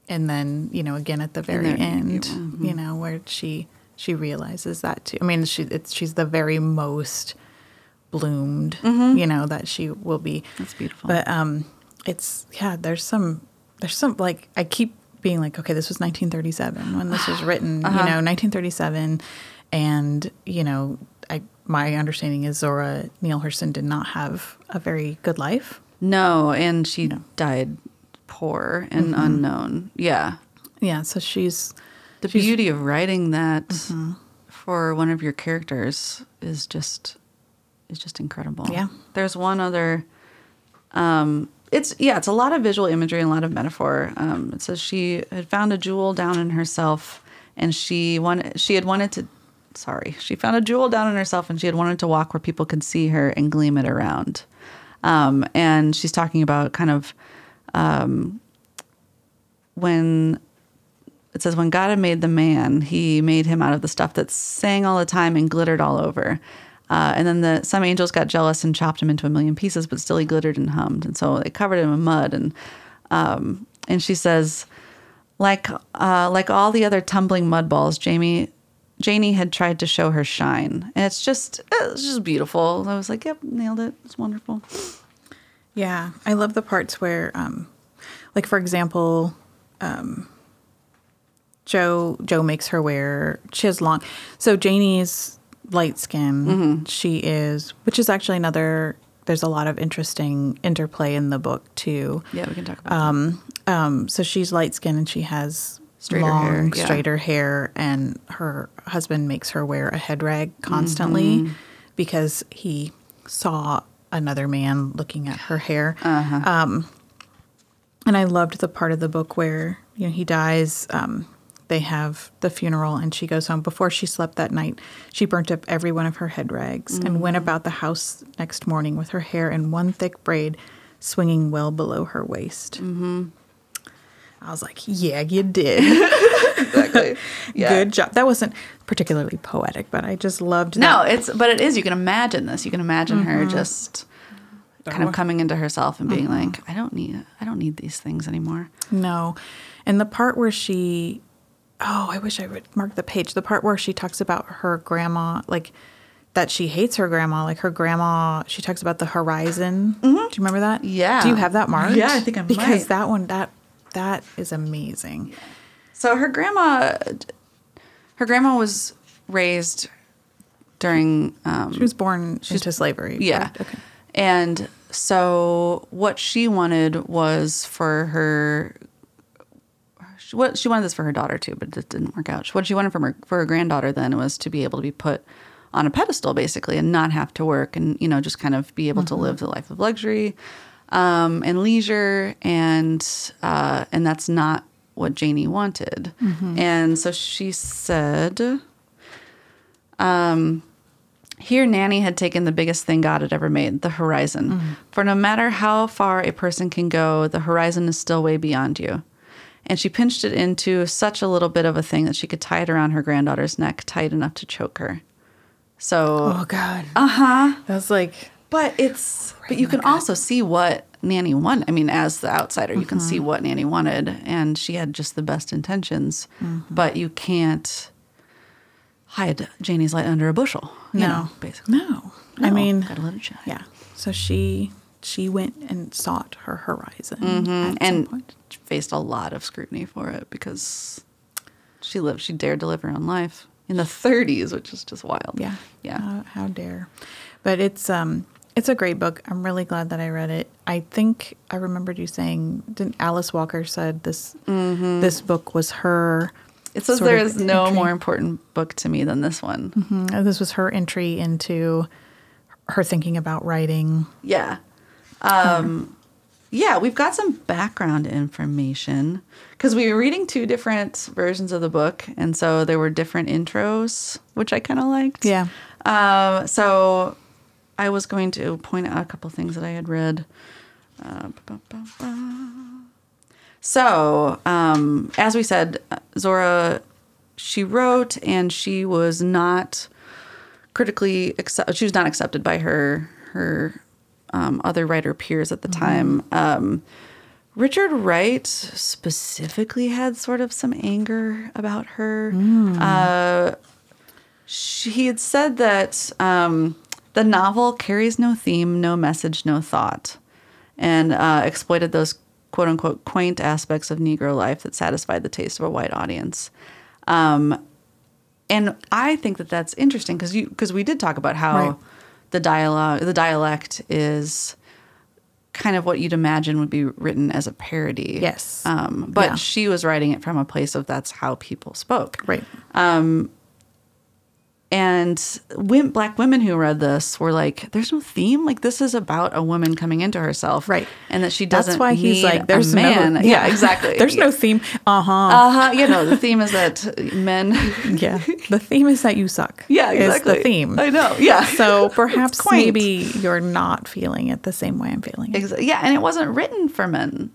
B: and then you know again at the very
A: the-
B: end you know where she she realizes that too i mean she it's, she's the very most bloomed you know that she will be
A: That's beautiful.
B: but um it's yeah there's some there's some like i keep being like, okay, this was 1937 when this was written, you know, 1937. And, you know, I, my understanding is Zora Neale Hurston did not have a very good life.
A: No, Mm-hmm. and she died poor and unknown. Yeah.
B: Yeah. So she's, Mm-hmm.
A: The beauty of writing that for one of your characters is just is just incredible.
B: Yeah.
A: There's one other um it's yeah, it's a lot of visual imagery and a lot of metaphor. Um it says she had found a jewel down in herself and she wanted she had wanted to sorry, she found a jewel down in herself and she had wanted to walk where people could see her and gleam it around. Um and she's talking about kind of um, when it says when God had made the man, he made him out of the stuff that sang all the time and glittered all over. Uh, and then the, some angels got jealous and chopped him into a million pieces, but still he glittered and hummed. And so they covered him in mud. And um, and she says, like uh, like all the other tumbling mud balls, Jamie Janie had tried to show her shine, and it's just it's just beautiful. I was like, yep, nailed it. It's wonderful.
B: Yeah, I love the parts where, um, like for example, um, Joe Joe makes her wear she has long. So Janie's light skin. She is, which is actually another. There's a lot of interesting interplay in the book too.
A: Yeah, we can talk about. Um,
B: Um, so she's light skinned and she has
A: Straighter
B: long,
A: hair, yeah.
B: straighter hair, and her husband makes her wear a head rag constantly
A: Mm-hmm.
B: because he saw another man looking at her hair. Um,
A: Uh-huh.
B: and I loved the part of the book where you know he dies. Um, they have the funeral, and she goes home. Before she slept that night, she burnt up every one of her head rags
A: Mm.
B: and went about the house next morning with her hair in one thick braid, swinging well below her waist. I was like, yeah, you did.
A: (laughs)
B: (laughs)
A: exactly.
B: Good job. That wasn't particularly poetic, but I just loved
A: No,
B: that.
A: it's but it is. You can imagine this. You can imagine her just kind of coming into herself and being like, "I don't need, I don't need these things anymore."
B: No. And the part where she, oh, I wish I would mark the page. The part where she talks about her grandma, like that she hates her grandma. Like her grandma, she talks about the horizon. Do you remember that?
A: Mm-hmm. Yeah.
B: Do you have that marked?
A: Yeah, I think I
B: Because
A: might.
B: that one, that that is amazing.
A: So her grandma, her grandma was raised during um,
B: She was born into slavery.
A: Yeah.
B: correct? Okay.
A: And so what she wanted was for her she- what she wanted this for her daughter too, but it didn't work out. What she wanted from her for her granddaughter then was to be able to be put on a pedestal basically and not have to work and you know just kind of be able to live the life of luxury um, and leisure and uh, and that's not what Janie wanted. And so she said here, Nanny had taken the biggest thing God had ever made the horizon.
B: Mm-hmm.
A: For no matter how far a person can go, the horizon is still way beyond you. And she pinched it into such a little bit of a thing that she could tie it around her granddaughter's neck tight enough to choke her. So,
B: Oh God. Uh huh. That's like
A: Uh-huh. but it's, but you can also see what Nanny wanted. I mean, as the outsider, you can
B: Mm-hmm.
A: see what Nanny wanted, and she had just the best intentions,
B: Mm-hmm.
A: but you can't hide Janie's light under a bushel. you
B: no,
A: know, basically.
B: no. I mean,
A: gotta let it shine.
B: Yeah. So she she went and sought her horizon at
A: Mm, and
B: some point.
A: faced a lot of scrutiny for it because she lived she dared to live her own life in the 30s which is just wild
B: Yeah. Uh,
A: yeah
B: How, how dare. But it's um it's a great book. I'm really glad that I read it. I think I remembered you saying didn't Alice Walker said this this book was her
A: Mm-hmm. it says
B: sort
A: there
B: of
A: is no
B: entry-
A: more important book to me than this one
B: Mhm. this was her entry into her thinking about writing.
A: yeah um yeah we've got some background information because we were reading two different versions of the book and so there were different intros which i kind of liked
B: Yeah.
A: Um, so I was going to point out a couple things that I had read. Uh, ba, ba, ba, ba. So, um, as we said, Zora, she wrote and she was not critically accept- she was not accepted by her her um, other writer peers at the time. Um, Richard Wright specifically had sort of some anger about her. Uh, she, he had said that um, the novel carries no theme, no message, no thought, and uh, exploited those quote unquote quaint aspects of Negro life that satisfied the taste of a white audience. Um, and I think that that's interesting because you because we did talk about how
B: Right.
A: the dialogue the dialect is kind of what you'd imagine would be written as a parody.
B: Yes.
A: Um, but
B: Yeah.
A: she was writing it from a place of that's how people spoke.
B: Right.
A: And wim black women who read this were like, "There's no theme. Like this is about a woman coming into herself,
B: Right.
A: And that she doesn't.
B: That's why he's
A: need
B: like, there's
A: a man.
B: no,
A: yeah, exactly.
B: (laughs)
A: (laughs)
B: there's no theme. Uh huh.
A: Uh huh. You know, the theme is that
B: (laughs)
A: men. (laughs)
B: yeah. The theme is that you suck.
A: yeah, exactly.
B: Is the theme.
A: I know. Yeah. (laughs)
B: (laughs) So perhaps
A: quaint.
B: maybe you're not feeling it the same way I'm feeling it.
A: Ex- yeah, and it wasn't written for men.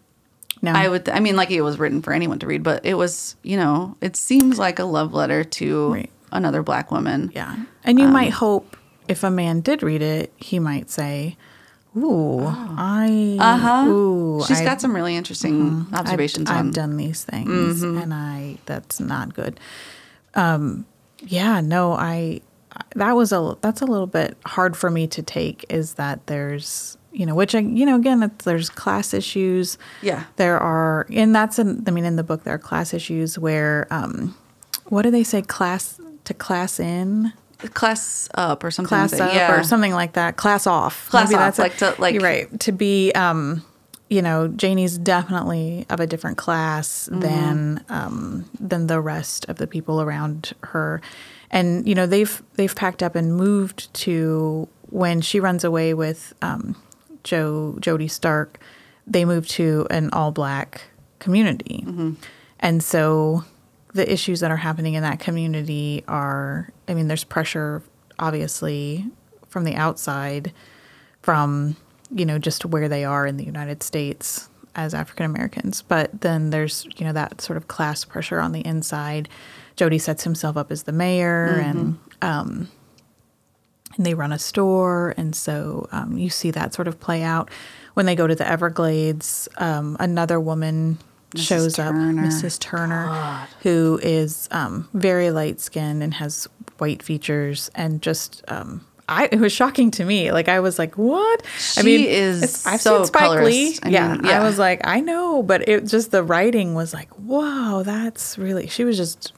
B: No.
A: I would. I mean, like it was written for anyone to read, but it was. You know, it seems like a love letter to
B: Right.
A: another black woman.
B: Yeah. And
A: um,
B: you might hope if a man did read it, he might say, Ooh, I.
A: Uh huh.
B: Ooh,
A: She's
B: I-
A: got some really interesting
B: I've-
A: observations
B: I've,
A: on. Mm-hmm.
B: done these things and I. That's not good. Um, yeah. No, I. That was a. That's a little bit hard for me to take is that there's. You know, which I, you know, again, it's, there's class issues.
A: Yeah.
B: there are, and that's, in, I mean, in the book, there are class issues where, um, what do they say, class to class in?
A: class up or something.
B: class
A: like
B: up
A: that. yeah.
B: or something like that. Class off.
A: Class off,
B: it.
A: like to- like-
B: You're right to be. Um, you know, Janie's definitely of a different class
A: Mm-hmm.
B: than um, than the rest of the people around her, and you know they've they've packed up and moved to when she runs away with um, Joe Jody Stark. They move to an all black community,
A: Mm-hmm.
B: and so the issues that are happening in that community are i mean there's pressure obviously from the outside from you know just where they are in the united states as african americans but then there's you know that sort of class pressure on the inside jody sets himself up as the mayor and and they run a store. And so um, you see that sort of play out when they go to the Everglades. Um, another woman shows
A: Turner.
B: up, Mrs. Turner, who is um, very light skinned and has white features and just. Um, I, it was shocking to me. Like I was like, "What?" I
A: She is
B: it's-
A: so colorist. I mean,
B: yeah,
A: yeah.
B: I was like, "I know," but it just the writing was like, "Wow, that's really." She was just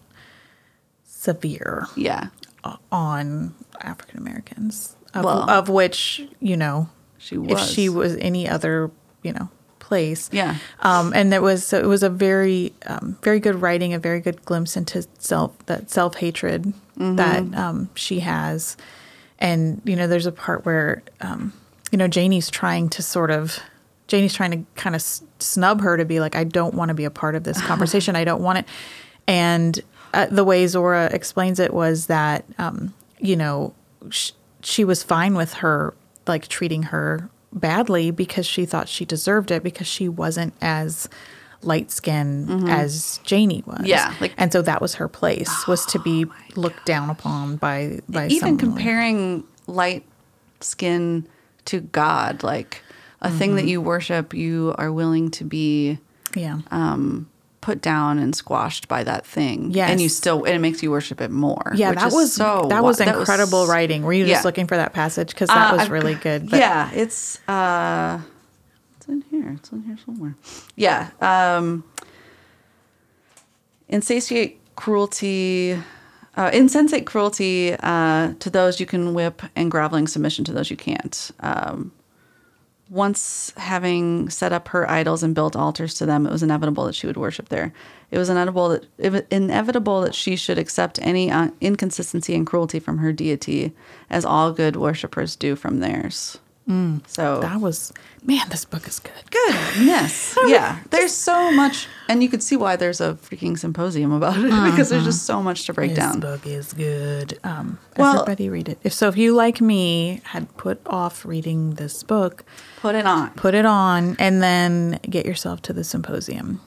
B: severe
A: Yeah.
B: on African Americans, of,
A: Well-
B: of which you know,
A: She
B: if
A: was.
B: she was any other you know place,
A: Yeah.
B: Um, and it was so it was a very um, very good writing, a very good glimpse into self that self hatred that um, she has, and you know, there's a part where um, you know Janie's trying to sort of. Janie's trying to kind of s- snub her to be like, I don't want to be a part of this conversation. I don't want it. And uh, the way Zora explains it was that, um, you know, sh- she was fine with her like treating her badly because she thought she deserved it because she wasn't as light skinned as Janie was.
A: Mm-hmm. Yeah, like- Oh
B: and so that was her place was to be looked down upon by by
A: Even
B: someone.
A: comparing light skin to God, like a thing
B: Mm-hmm.
A: that you worship, you are willing to be
B: yeah.
A: Uh, put down and squashed by that thing. And you
B: Yes.
A: still, and it makes you worship it more.
B: yeah,
A: which
B: that
A: is
B: was
A: so wi-
B: that was incredible writing. Were you just
A: yeah.
B: looking for that passage because that
A: Uh,
B: was
A: I've-
B: really good? But
A: yeah, it's uh, it's in here. It's in here somewhere. Yeah. Um, insatiate cruelty, uh, insensate cruelty uh, to those you can whip, and groveling submission to those you can't. Um, once having set up her idols and built altars to them, it was inevitable that she would worship there. It was inevitable that it was inevitable that she should accept any uh, inconsistency and cruelty from her deity, as all good worshippers do from theirs. So
B: Mm. that was man. This book is good. (laughs)
A: goodness, yeah. There's so much, and you could see why there's a freaking symposium about it (laughs) because there's just
B: Uh-huh.
A: so much to break
B: This
A: down.
B: book is good. Um,
A: Well-
B: everybody read it. If so, if you like me had put off reading this book,
A: Put it on.
B: put it on and then get yourself to the symposium.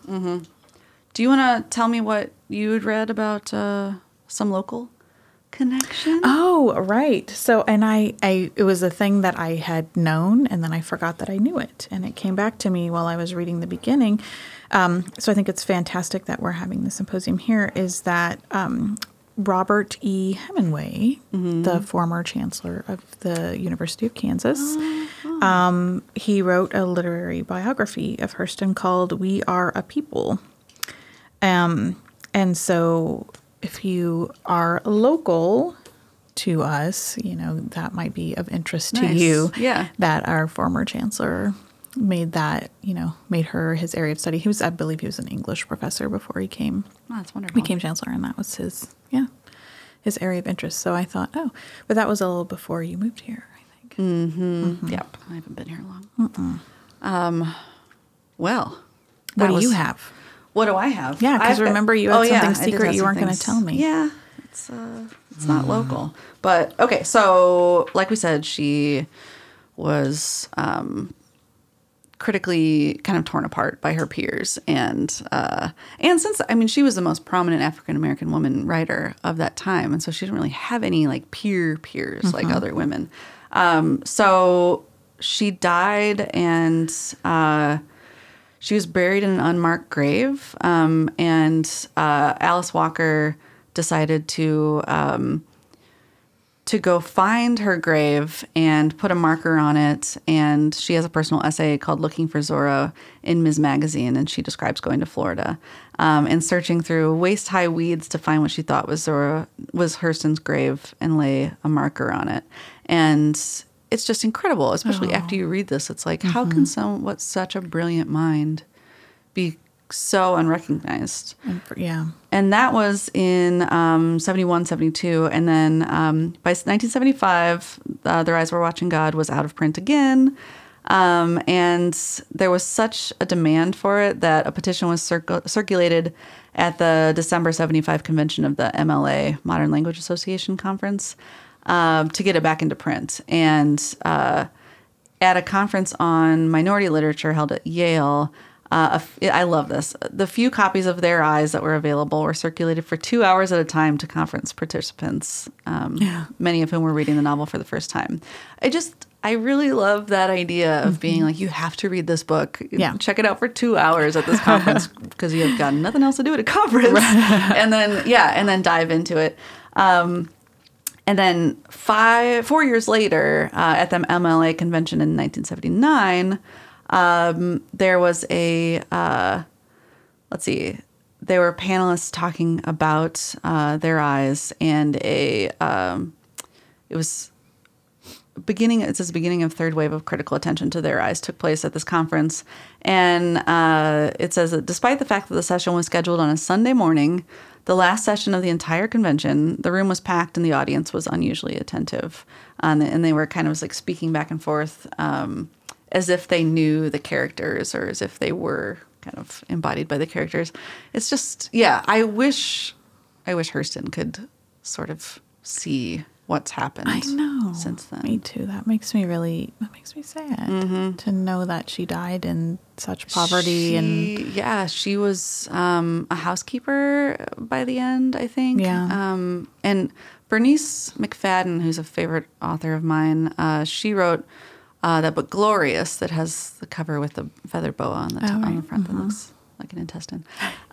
A: Do you want to tell me what you had read about uh, some local connection?
B: Oh, right. So, and I, I, it was a thing that I had known, and then I forgot that I knew it, and it came back to me while I was reading the beginning. Um, so, I think it's fantastic that we're having the symposium here. Is that um, Robert Mm-hmm. E. Hemingway, the former chancellor of the University of Kansas, Um, he wrote a literary biography of Hurston called "We Are a People," um, and so if you are local to us, you know that might be of interest to
A: Nice.
B: you.
A: Yeah.
B: that our former chancellor made that you know made her his area of study. He was, I believe, he was an English professor before he came
A: Oh, that's wonderful.
B: became chancellor, and that was his yeah his area of interest. So I thought, oh, but that was a little before you moved here, I think.
A: Mm, Yep. Mm-hmm. I haven't been here long. Um, well,
B: What
A: that
B: do you
A: was-
B: have?
A: What do I have?
B: Yeah, 'cause
A: I've got- Oh,
B: remember you had something
A: I did
B: secret
A: have
B: you
A: some
B: weren't gonna
A: things.
B: tell me. Mm.
A: Yeah, it's uh, it's not local, but okay. So, like we said, she was um, critically kind of torn apart by her peers, and uh, and since I mean, she was the most prominent African American woman writer of that time, and so she didn't really have any like peer peers like other women. Um, so she died, and. Uh, she was buried in an unmarked grave, um, and uh, Alice Walker decided to um, to go find her grave and put a marker on it. And she has a personal essay called "Looking for Zora" in Ms. Magazine, and she describes going to Florida um, and searching through waist high weeds to find what she thought was Zora was Hurston's grave and lay a marker on it. And it's just incredible, especially after you read this. It's like, how can someone, what such a brilliant mind, be so unrecognized?
B: And for- yeah.
A: and that was in um, 71 72 and then um, by 1975 uh, their eyes were watching god was out of print again um, and there was such a demand for it that a petition was circul circulated at the december 75 convention of the mla modern language association conference um, to get it back into print and uh, at a conference on minority literature held at Yale. Uh, a f- I love this. The few copies of Their Eyes that were available were circulated for two hours at a time to conference participants, um, many of whom were reading the novel for the first time. I just, I really love that idea of being like, you have to read this book.
B: Yeah.
A: Check it out for two hours at this conference because you have got nothing else to do at a conference. And then, yeah, and then dive into it. And then five, four years later, uh, at the MLA convention in 1979, um, there was a uh, let's see, there were panelists talking about uh, their eyes and a um, it was beginning it says beginning of third wave of critical attention to their eyes took place at this conference and uh, it says that despite the fact that the session was scheduled on a sunday morning the last session of the entire convention the room was packed and the audience was unusually attentive Uh, and, and they were kind of like speaking back and forth um, as if they knew the characters or as if they were kind of embodied by the characters it's just yeah i wish i wish hurston could sort of see what's happened
B: I know.
A: since then Mm-hmm.
B: Me too. That makes me really, that makes me sad to know that she died in such poverty and
A: She- yeah she was um, a housekeeper by the end i think
B: Yeah.
A: um, and bernice mcfadden who's a favorite author of mine uh, she wrote uh, that book glorious that has the cover with the feather boa on the, top
B: Oh,
A: on the front
B: Mm-hmm.
A: that looks like an intestine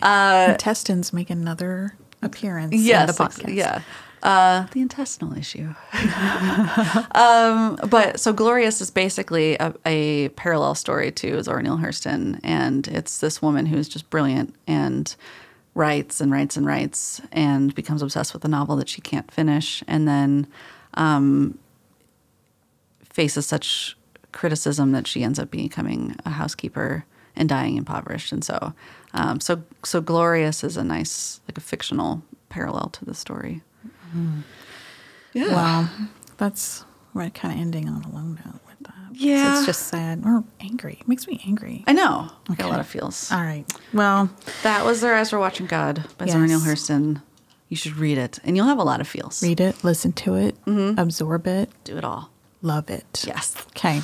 A: uh,
B: intestines make another appearance in
A: yes,
B: the
A: ex-
B: podcast.
A: yeah uh, the intestinal issue (laughs) um, but so Glorious is basically a, a parallel story to Zora Neale Hurston, and it's this woman who's just brilliant and writes and writes and writes and becomes obsessed with the novel that she can't finish, and then um, faces such criticism that she ends up becoming a housekeeper and dying impoverished. And so, um, so so Glorious is a nice like a fictional parallel to the story. Yeah.
B: Wow. That's, we're kind of ending on a low note with that. So
A: Yeah.
B: it's just sad or angry. It makes me angry.
A: I know. I got
B: Okay.
A: a lot of feels.
B: All right. Well,
A: Uh, That was Their Eyes Were Watching God by Zora Neale
B: Yes.
A: Hurston. You should read it, and you'll have a lot of feels.
B: read it, listen to it,
A: Mm-hmm.
B: absorb it,
A: Do it all.
B: love it.
A: Yes.
B: Okay.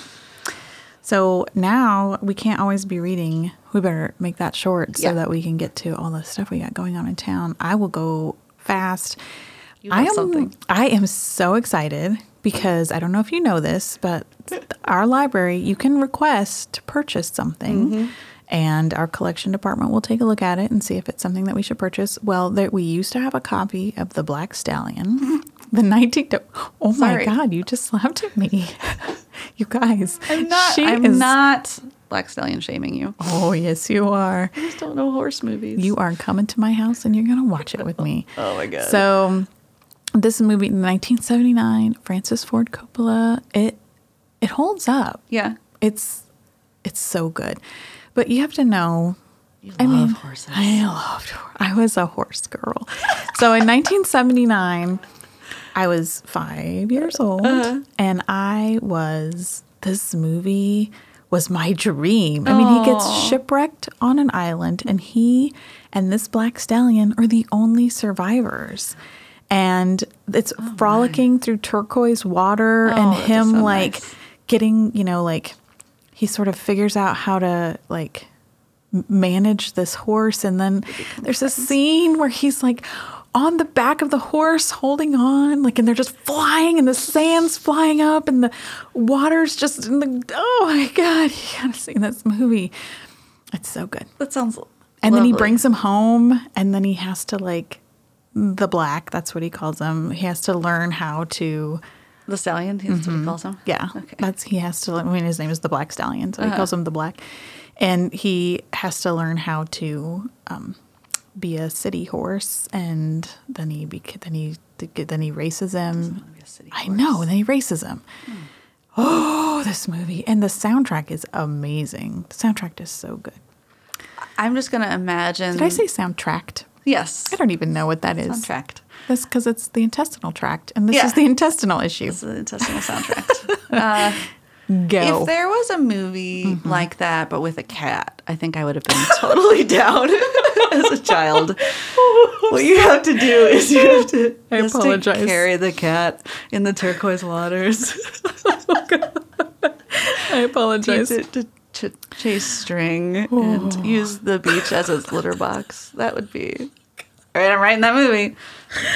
B: So now we can't always be reading. We better make that short so
A: Yeah.
B: that we can get to all the stuff we got going on in town. I will go fast.
A: You
B: I
A: have
B: am
A: something.
B: I am so excited because I don't know if you know this, but our library you can request to purchase something.
A: Mm-hmm.
B: And our collection department will take a
A: (laughs)
B: look at it and see if it's something that we should purchase. Well, there, we used to have a copy of The Black Stallion The 19. Oh
A: Sorry.
B: my God, you just laughed at me. (laughs) you guys.
A: (laughs) I'm not.
B: She
A: I'm
B: is-
A: not black stallion shaming you.
B: Oh, yes, you are.
A: I just don't know horse movies.
B: You are coming to my house and you're going to watch it with me.
A: (laughs) Oh my God.
B: So, this movie, 1979, Francis Ford Coppola, it it holds up.
A: yeah.
B: It's it's so good. But you have to know
A: You love
B: I mean,
A: horses.
B: I loved. hor- I was a horse girl. so in 1979, I was five years
A: Uh-huh.
B: old, and I was. This movie was my dream. I mean, he gets shipwrecked on an island, and he and this black stallion are the only survivors. And it's frolicking through turquoise water,
A: Oh,
B: and
A: that does sound
B: him like
A: nice.
B: getting, you know, like he sort of figures out how to like m- manage this horse and then there's a scene where he's like on the back of the horse holding on like and they're just flying and the sand's flying up and the water's just in the oh my god (laughs) you gotta see this movie it's so good
A: That sounds.
B: and then he
A: lovely.
B: brings him home and then he has to like the black that's what he calls him he has to learn how to
A: the stallion. That's what he calls him.
B: Mm-hmm. yeah.
A: Okay. Uh-huh.
B: That's he has to I mean his name is the Black Stallion, so he calls him the Black. And he has to learn how to um, be a city horse and then he bec- then he then he races him.
A: Be a city
B: I
A: horse. Hmm.
B: know, and then he races him. Oh, this movie. And the soundtrack is amazing. The soundtrack is so good.
A: I'm just gonna imagine.
B: Did I say soundtracked?
A: yes?
B: I don't even know what that is.
A: Soundtracked.
B: That's because it's the intestinal tract, and this
A: Yeah.
B: is the intestinal issue.
A: It's the intestinal (laughs) soundtrack.
B: Go.
A: If there was a movie
B: Mm-hmm.
A: like that, but with a cat, I think I would have been (laughs) totally down (laughs) as a child. what you have to do is you have to,
B: (laughs) I
A: you have to
B: apologize.
A: carry the cat in the turquoise waters (laughs)
B: I
A: to,
B: apologize.
A: to, to ch- chase string
B: Oh.
A: and use the beach as its litter box. That would be. All right, I'm writing that movie.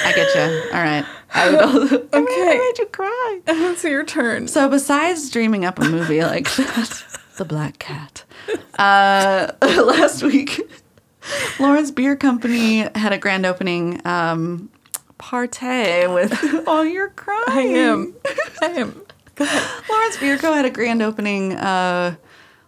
A: I get you. All right. I would also,
B: (laughs)
A: okay. (laughs) I made you cry.
B: (laughs) It's your turn.
A: So besides dreaming up a movie like that, The Black Cat, uh, (laughs) last week, Lawrence Beer Company had a grand opening um, party with. (laughs) Oh, you're crying.
B: I am. I am.
A: Lawrence Beer Co. had a grand opening uh,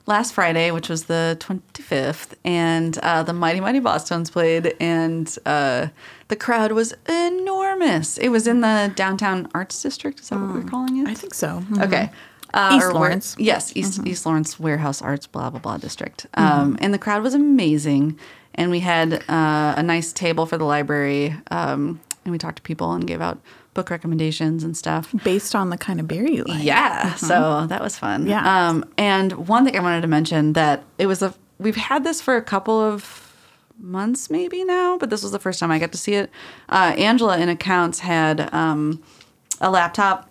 A: last Friday, which was the 25th, and uh, the Mighty Mighty Boston's played, and uh, the crowd was enormous. It was in the downtown arts district. Is that what we're calling it?
B: I think so.
A: Okay. Uh,
B: Mm-hmm. East
A: or where-
B: Lawrence. Mm-hmm.
A: yes, East East Lawrence Warehouse Arts, blah blah blah district. Um, And the crowd was amazing, and we had uh, a nice table for the library, um, and we talked to people and gave out book recommendations and stuff.
B: Based on the kind of beer you like.
A: Yeah, so that was fun.
B: Yeah.
A: Um, and one thing I wanted to mention that it was a we've had this for a couple of months maybe now, but this was the first time I got to see it. Uh, Angela in accounts had um, a laptop.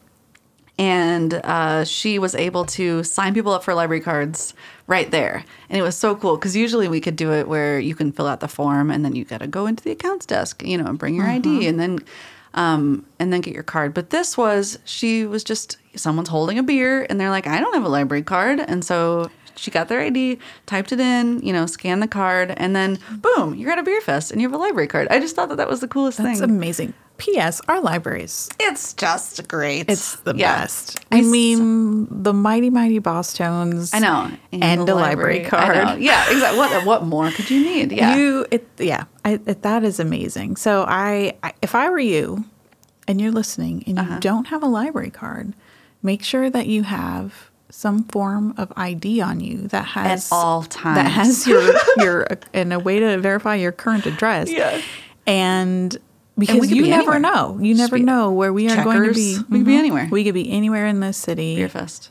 A: And uh, she was able to sign people up for library cards right there. And it was so cool because usually we could do it where you can fill out the form and then you got to go into the accounts desk, you know, and bring your ID and then um, and then get your card. But this was she was just someone's holding a beer and they're like, I don't have a library card, and so she got their ID, typed it in, you know, scanned the card, and then boom, you're at a beer fest and you have a library card. I just thought that that was the coolest
B: That's
A: thing.
B: amazing. P.S. Our libraries.
A: it's just great.
B: It's the
A: Yeah.
B: best. I mean, the mighty, mighty Boston's.
A: I know.
B: And, a library,
A: I know.
B: card.
A: Yeah, exactly. What what more could you need? Yeah.
B: You, it, yeah, I, it, that is amazing. So I, I, if I were you, and you're listening, and you
A: Uh-huh.
B: don't have a library card, make sure that you have some form of ID on you that has
A: all
B: that
A: times.
B: has your (laughs) your and a way to verify your current address.
A: Yeah.
B: and because
A: could
B: you
A: be
B: never
A: anywhere.
B: know, you never
A: be
B: know where we are going to
A: checkers.
B: be.
A: We could be
B: Mhm.
A: anywhere.
B: We could be anywhere in this city,
A: beer fest.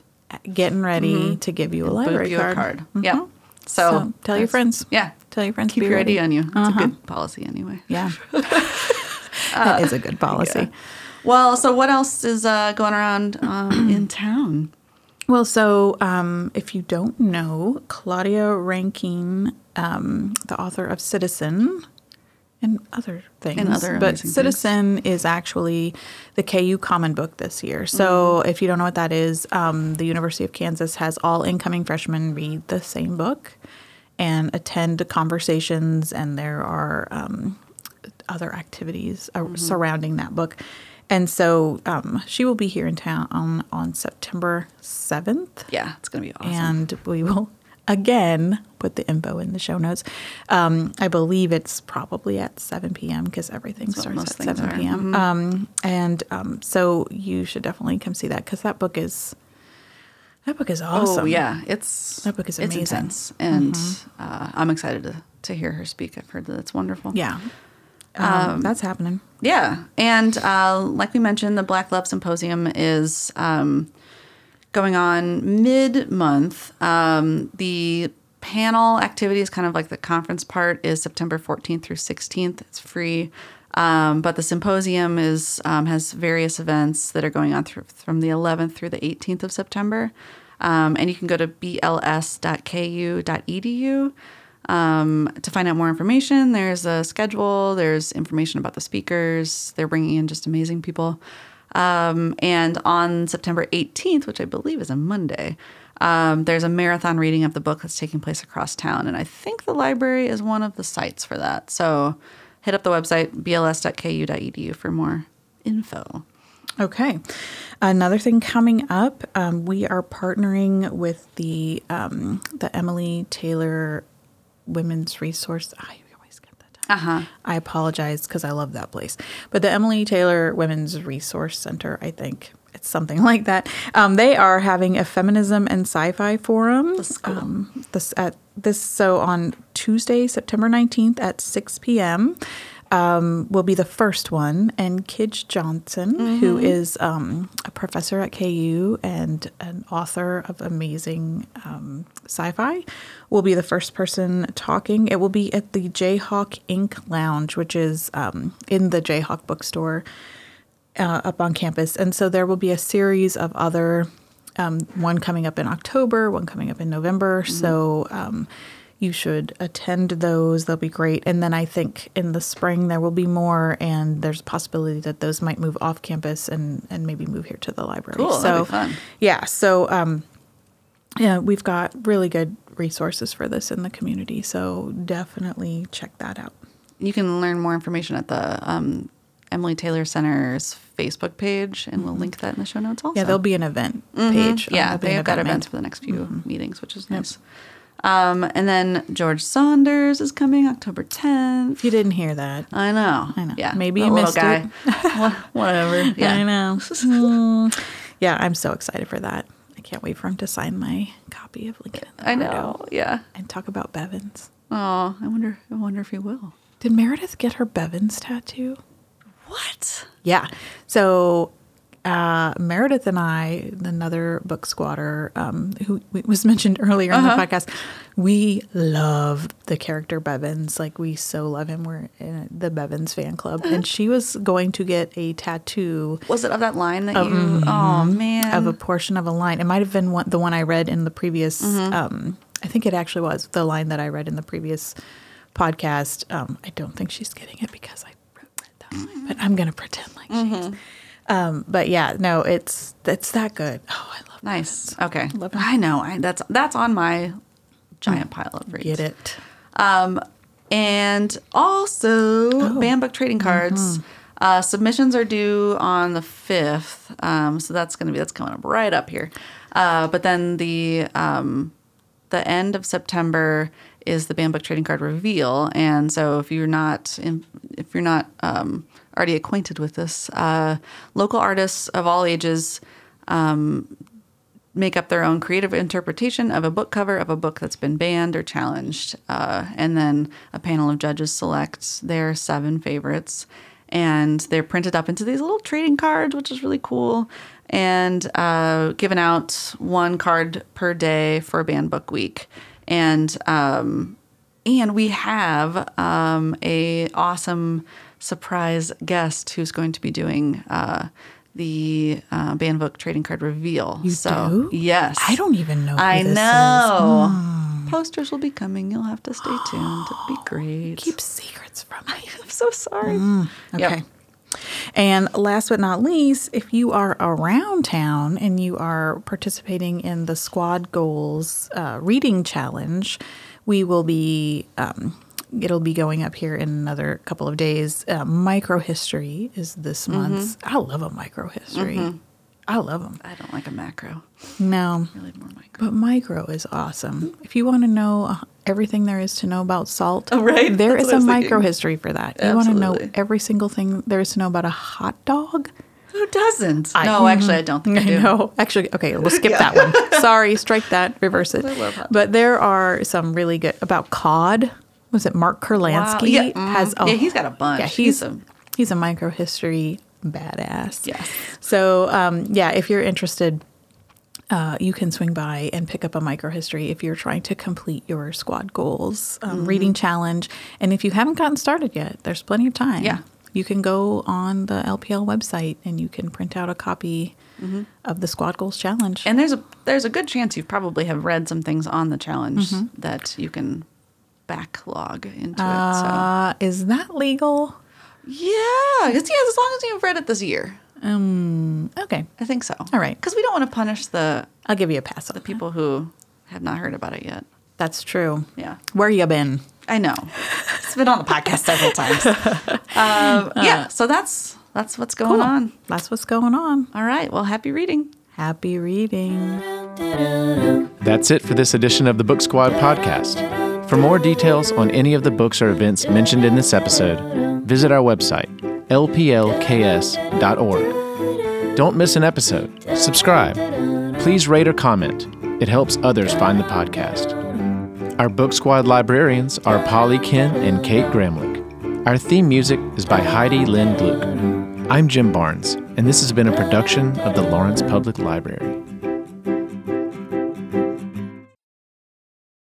B: getting ready to give you a library
A: Boop you a
B: Mm-hmm. card.
A: card.
B: Mhm.
A: Yeah. So,
B: So tell your
A: that's-
B: friends.
A: Yeah.
B: Tell your friends. to
A: Keep
B: be
A: your
B: ready.
A: ID on you. It's
B: Uh-huh.
A: a good policy anyway.
B: (laughs) Yeah. that is a good policy.
A: Yeah. Well, so what else is uh, going around (clears throat) um, in town?
B: Well, so um, if you don't know, Claudia Rankine, um, the author of Citizen and other things,
A: And other
B: but
A: amazing
B: Citizen is actually the KU Common Book this year. So
A: Mm-hmm.
B: if you don't know what that is, um, the University of Kansas has all incoming freshmen read the same book and attend
A: Mm-hmm.
B: conversations, and there are um, other activities uh surrounding that book. And so um, she will be here in town on, on September 7th.
A: Yeah, it's gonna be awesome.
B: And we will (laughs) again put the info in the show notes. Um, I believe it's probably at 7 p.m. because everything
A: what
B: starts
A: most
B: at
A: things
B: 7
A: are. Mm-hmm.
B: p.m. Um, and um, so you should definitely come see that because that book is that book is awesome.
A: Oh yeah, it's
B: That book is
A: it's
B: amazing.
A: intense, and uh, I'm excited to to hear her speak. I've heard that it's wonderful.
B: yeah. Um, that's happening.
A: Yeah. And uh, like we mentioned, the Black Love Symposium is um, going on mid month. Um, the panel activity is kind of like the conference part, is September 14th through 16th. It's free. Um, but the symposium is um, has various events that are going on through, from the 11th through the 18th of September. Um, and you can go to E bls.ku.edu um, to find out more information, there's a schedule, there's information about the speakers. They're bringing in just amazing people. Um, and on September 18th, which I believe is a Monday, um, there's a marathon reading of the book that's taking place across town. And I think the library is one of the sites for that. So hit up the website bls.ku.edu for more info.
B: Okay. Another thing coming up, um, we are partnering with the um, the Emily Taylor Women's Resource. I always get that.
A: Uh huh.
B: I apologize because I love that place. But the Emily Taylor Women's Resource Center, I think it's something (laughs) like that. Um, they are having a feminism and sci-fi forum.
A: That's cool.
B: Um, this at this so on Tuesday, September nineteenth at six p.m. Um, will be the first one, and Kidge Johnson, who is um, a professor at KU and an author of amazing um, sci-fi, will be the first person talking. It will be at the Jayhawk Ink Lounge, which is um, in the Jayhawk bookstore uh, up on campus. And so there will be a series of other, um, one coming up in October, one coming up in November.
A: Mm-hmm.
B: So um, you should attend those. They'll be great. And then I think in the spring there will be more, and there's a possibility that those might move off campus and, and maybe move here to the library.
A: Cool,
B: So
A: that'd be fun.
B: yeah. So um, yeah, we've got really good resources for this in the community. So definitely check that out.
A: you can learn more information at the um, Emily Taylor Center's Facebook page, and we'll link that in the show notes also.
B: Yeah, there'll be an event page. on-
A: Mm-hmm. Yeah,
B: there'll be
A: they've
B: an
A: got
B: event
A: events for the next few
B: Mm-hmm.
A: meetings, which is nice. Um, and then George Saunders is coming October 10th.
B: If you didn't hear that,
A: I know.
B: I know.
A: Yeah.
B: Maybe
A: that
B: you
A: little
B: missed
A: guy.
B: (laughs)
A: Whatever. (laughs) Yeah.
B: I know. Mm. yeah, I'm so excited for that. I can't wait for him to sign my copy of Lincoln. in the
A: I
B: Window
A: know. Yeah.
B: And talk about Bevins.
A: Oh, I wonder. I wonder if he will.
B: Did Meredith get her Bevins tattoo?
A: What?
B: Yeah. So uh, Meredith and I, another book squatter um, who w- was (laughs) mentioned earlier on
A: Uh-huh.
B: the podcast, we love the character Bevins. Like we so love him. We're in the Bevins fan club,
A: (laughs)
B: and she was going to get a tattoo
A: Was it of that line that you? Oh man.
B: mm-hmm. of a portion of a line. It might have been one, the one I read in the previous.
A: Mm-hmm.
B: Um, I think it actually was the line that I read in the previous podcast. Um, I don't think she's getting it because I wrote read that
A: Mm-hmm.
B: line, but I'm gonna pretend like she is. Um, but yeah, no, it's it's that good. Oh, I love
A: nice. Okay.
B: Love him.
A: I know. I, that's that's on my giant pile of reads.
B: get it.
A: Um, and also Banned Book Trading Cards. Uh, submissions are due on the 5th. Um, so that's going to be, that's coming up right up here. Uh, but then the, um, the end of September is the Banned Book Trading Card reveal. And so if you're not, in, if you're not, um, already acquainted with this, uh, local artists of all ages, make up their own creative interpretation of a book cover of a book that's been banned or challenged. Uh, and then a panel of judges selects their seven favorites. And they're printed up into these little trading cards, which is really cool, and uh, given out one card per day for banned book week. And um, and we have um, a awesome surprise guest who's going to be doing uh, the uh, banned book trading card reveal. You so
B: do?
A: yes,
B: I don't even know. Who
A: I
B: this is. Hmm.
A: know. Posters will be coming. You'll have to stay tuned. It'll
B: (gasps)
A: be great.
B: Keep secrets from me.
A: I'm so sorry.
B: Mm, Okay.
A: Yep.
B: And last but not least, if you are around town and you are participating in the Squad Goals uh, Reading Challenge, we will be um, it'll be going up here in another couple of days. Uh, microhistory is this month's. I love a microhistory. I love them.
A: I don't like a macro.
B: No,
A: I like more micro.
B: but micro is awesome. If you want to know uh, everything there is to know about salt,
A: Oh, right.
B: there
A: That's
B: is
A: what I
B: a
A: was thinking.
B: micro history for that. You want to know
A: Absolutely.
B: every single thing there is to know about a hot dog.
A: Who doesn't? no, actually, I don't
B: (laughs)
A: think I, do.
B: know. Actually, okay, we'll skip that
A: (laughs)
B: one. Sorry, strike that, reverse it.
A: love hot
B: But there are some really good about cod. Was it Mark Kurlansky?
A: Yeah, mm.
B: has a,
A: Yeah, he's got a bunch.
B: Yeah,
A: He's
B: he's
A: a-
B: a he's a micro history badass.
A: Yes.
B: So um, yeah, if you're interested. Uh, you can swing by and pick up a micro history if you're trying to complete your squad goals um,
A: Mm-hmm.
B: reading challenge. And if you haven't gotten started yet, there's plenty of time.
A: Yeah.
B: You can go on the LPL website and you can print out a copy of the squad goals challenge.
A: Mm-hmm. And there's a there's a good chance you probably have read some things on the challenge
B: Mm-hmm.
A: that you can backlog into it. So
B: uh, is that legal?
A: yeah, 'cause, yeah, as long as you've read it this year,
B: Um, Okay.
A: I think so.
B: All right. Uh-huh.
A: because we don't want to punish the
B: I'll give you a pass on
A: the
B: that.
A: people who have not heard about it yet.
B: That's true.
A: Yeah.
B: Where you been?
A: I
B: (laughs)
A: know it's been on the podcast several times. um,
B: Uh.
A: yeah, so that's that's what's going on.
B: That's what's going on.
A: All right, well, happy reading.
B: Happy reading.
C: That's it for this edition of the Book Squad podcast. For more details on any of the books or events mentioned in this episode, visit our website, lplks.org. Don't miss an episode. Subscribe. Please rate or comment. It helps others find the podcast. Our Book Squad librarians are Polly Ken and Kate Gramlich. Our theme music is by Heidi Lynn Gluck. I'm Jim Barnes, and this has been a production of the Lawrence Public Library.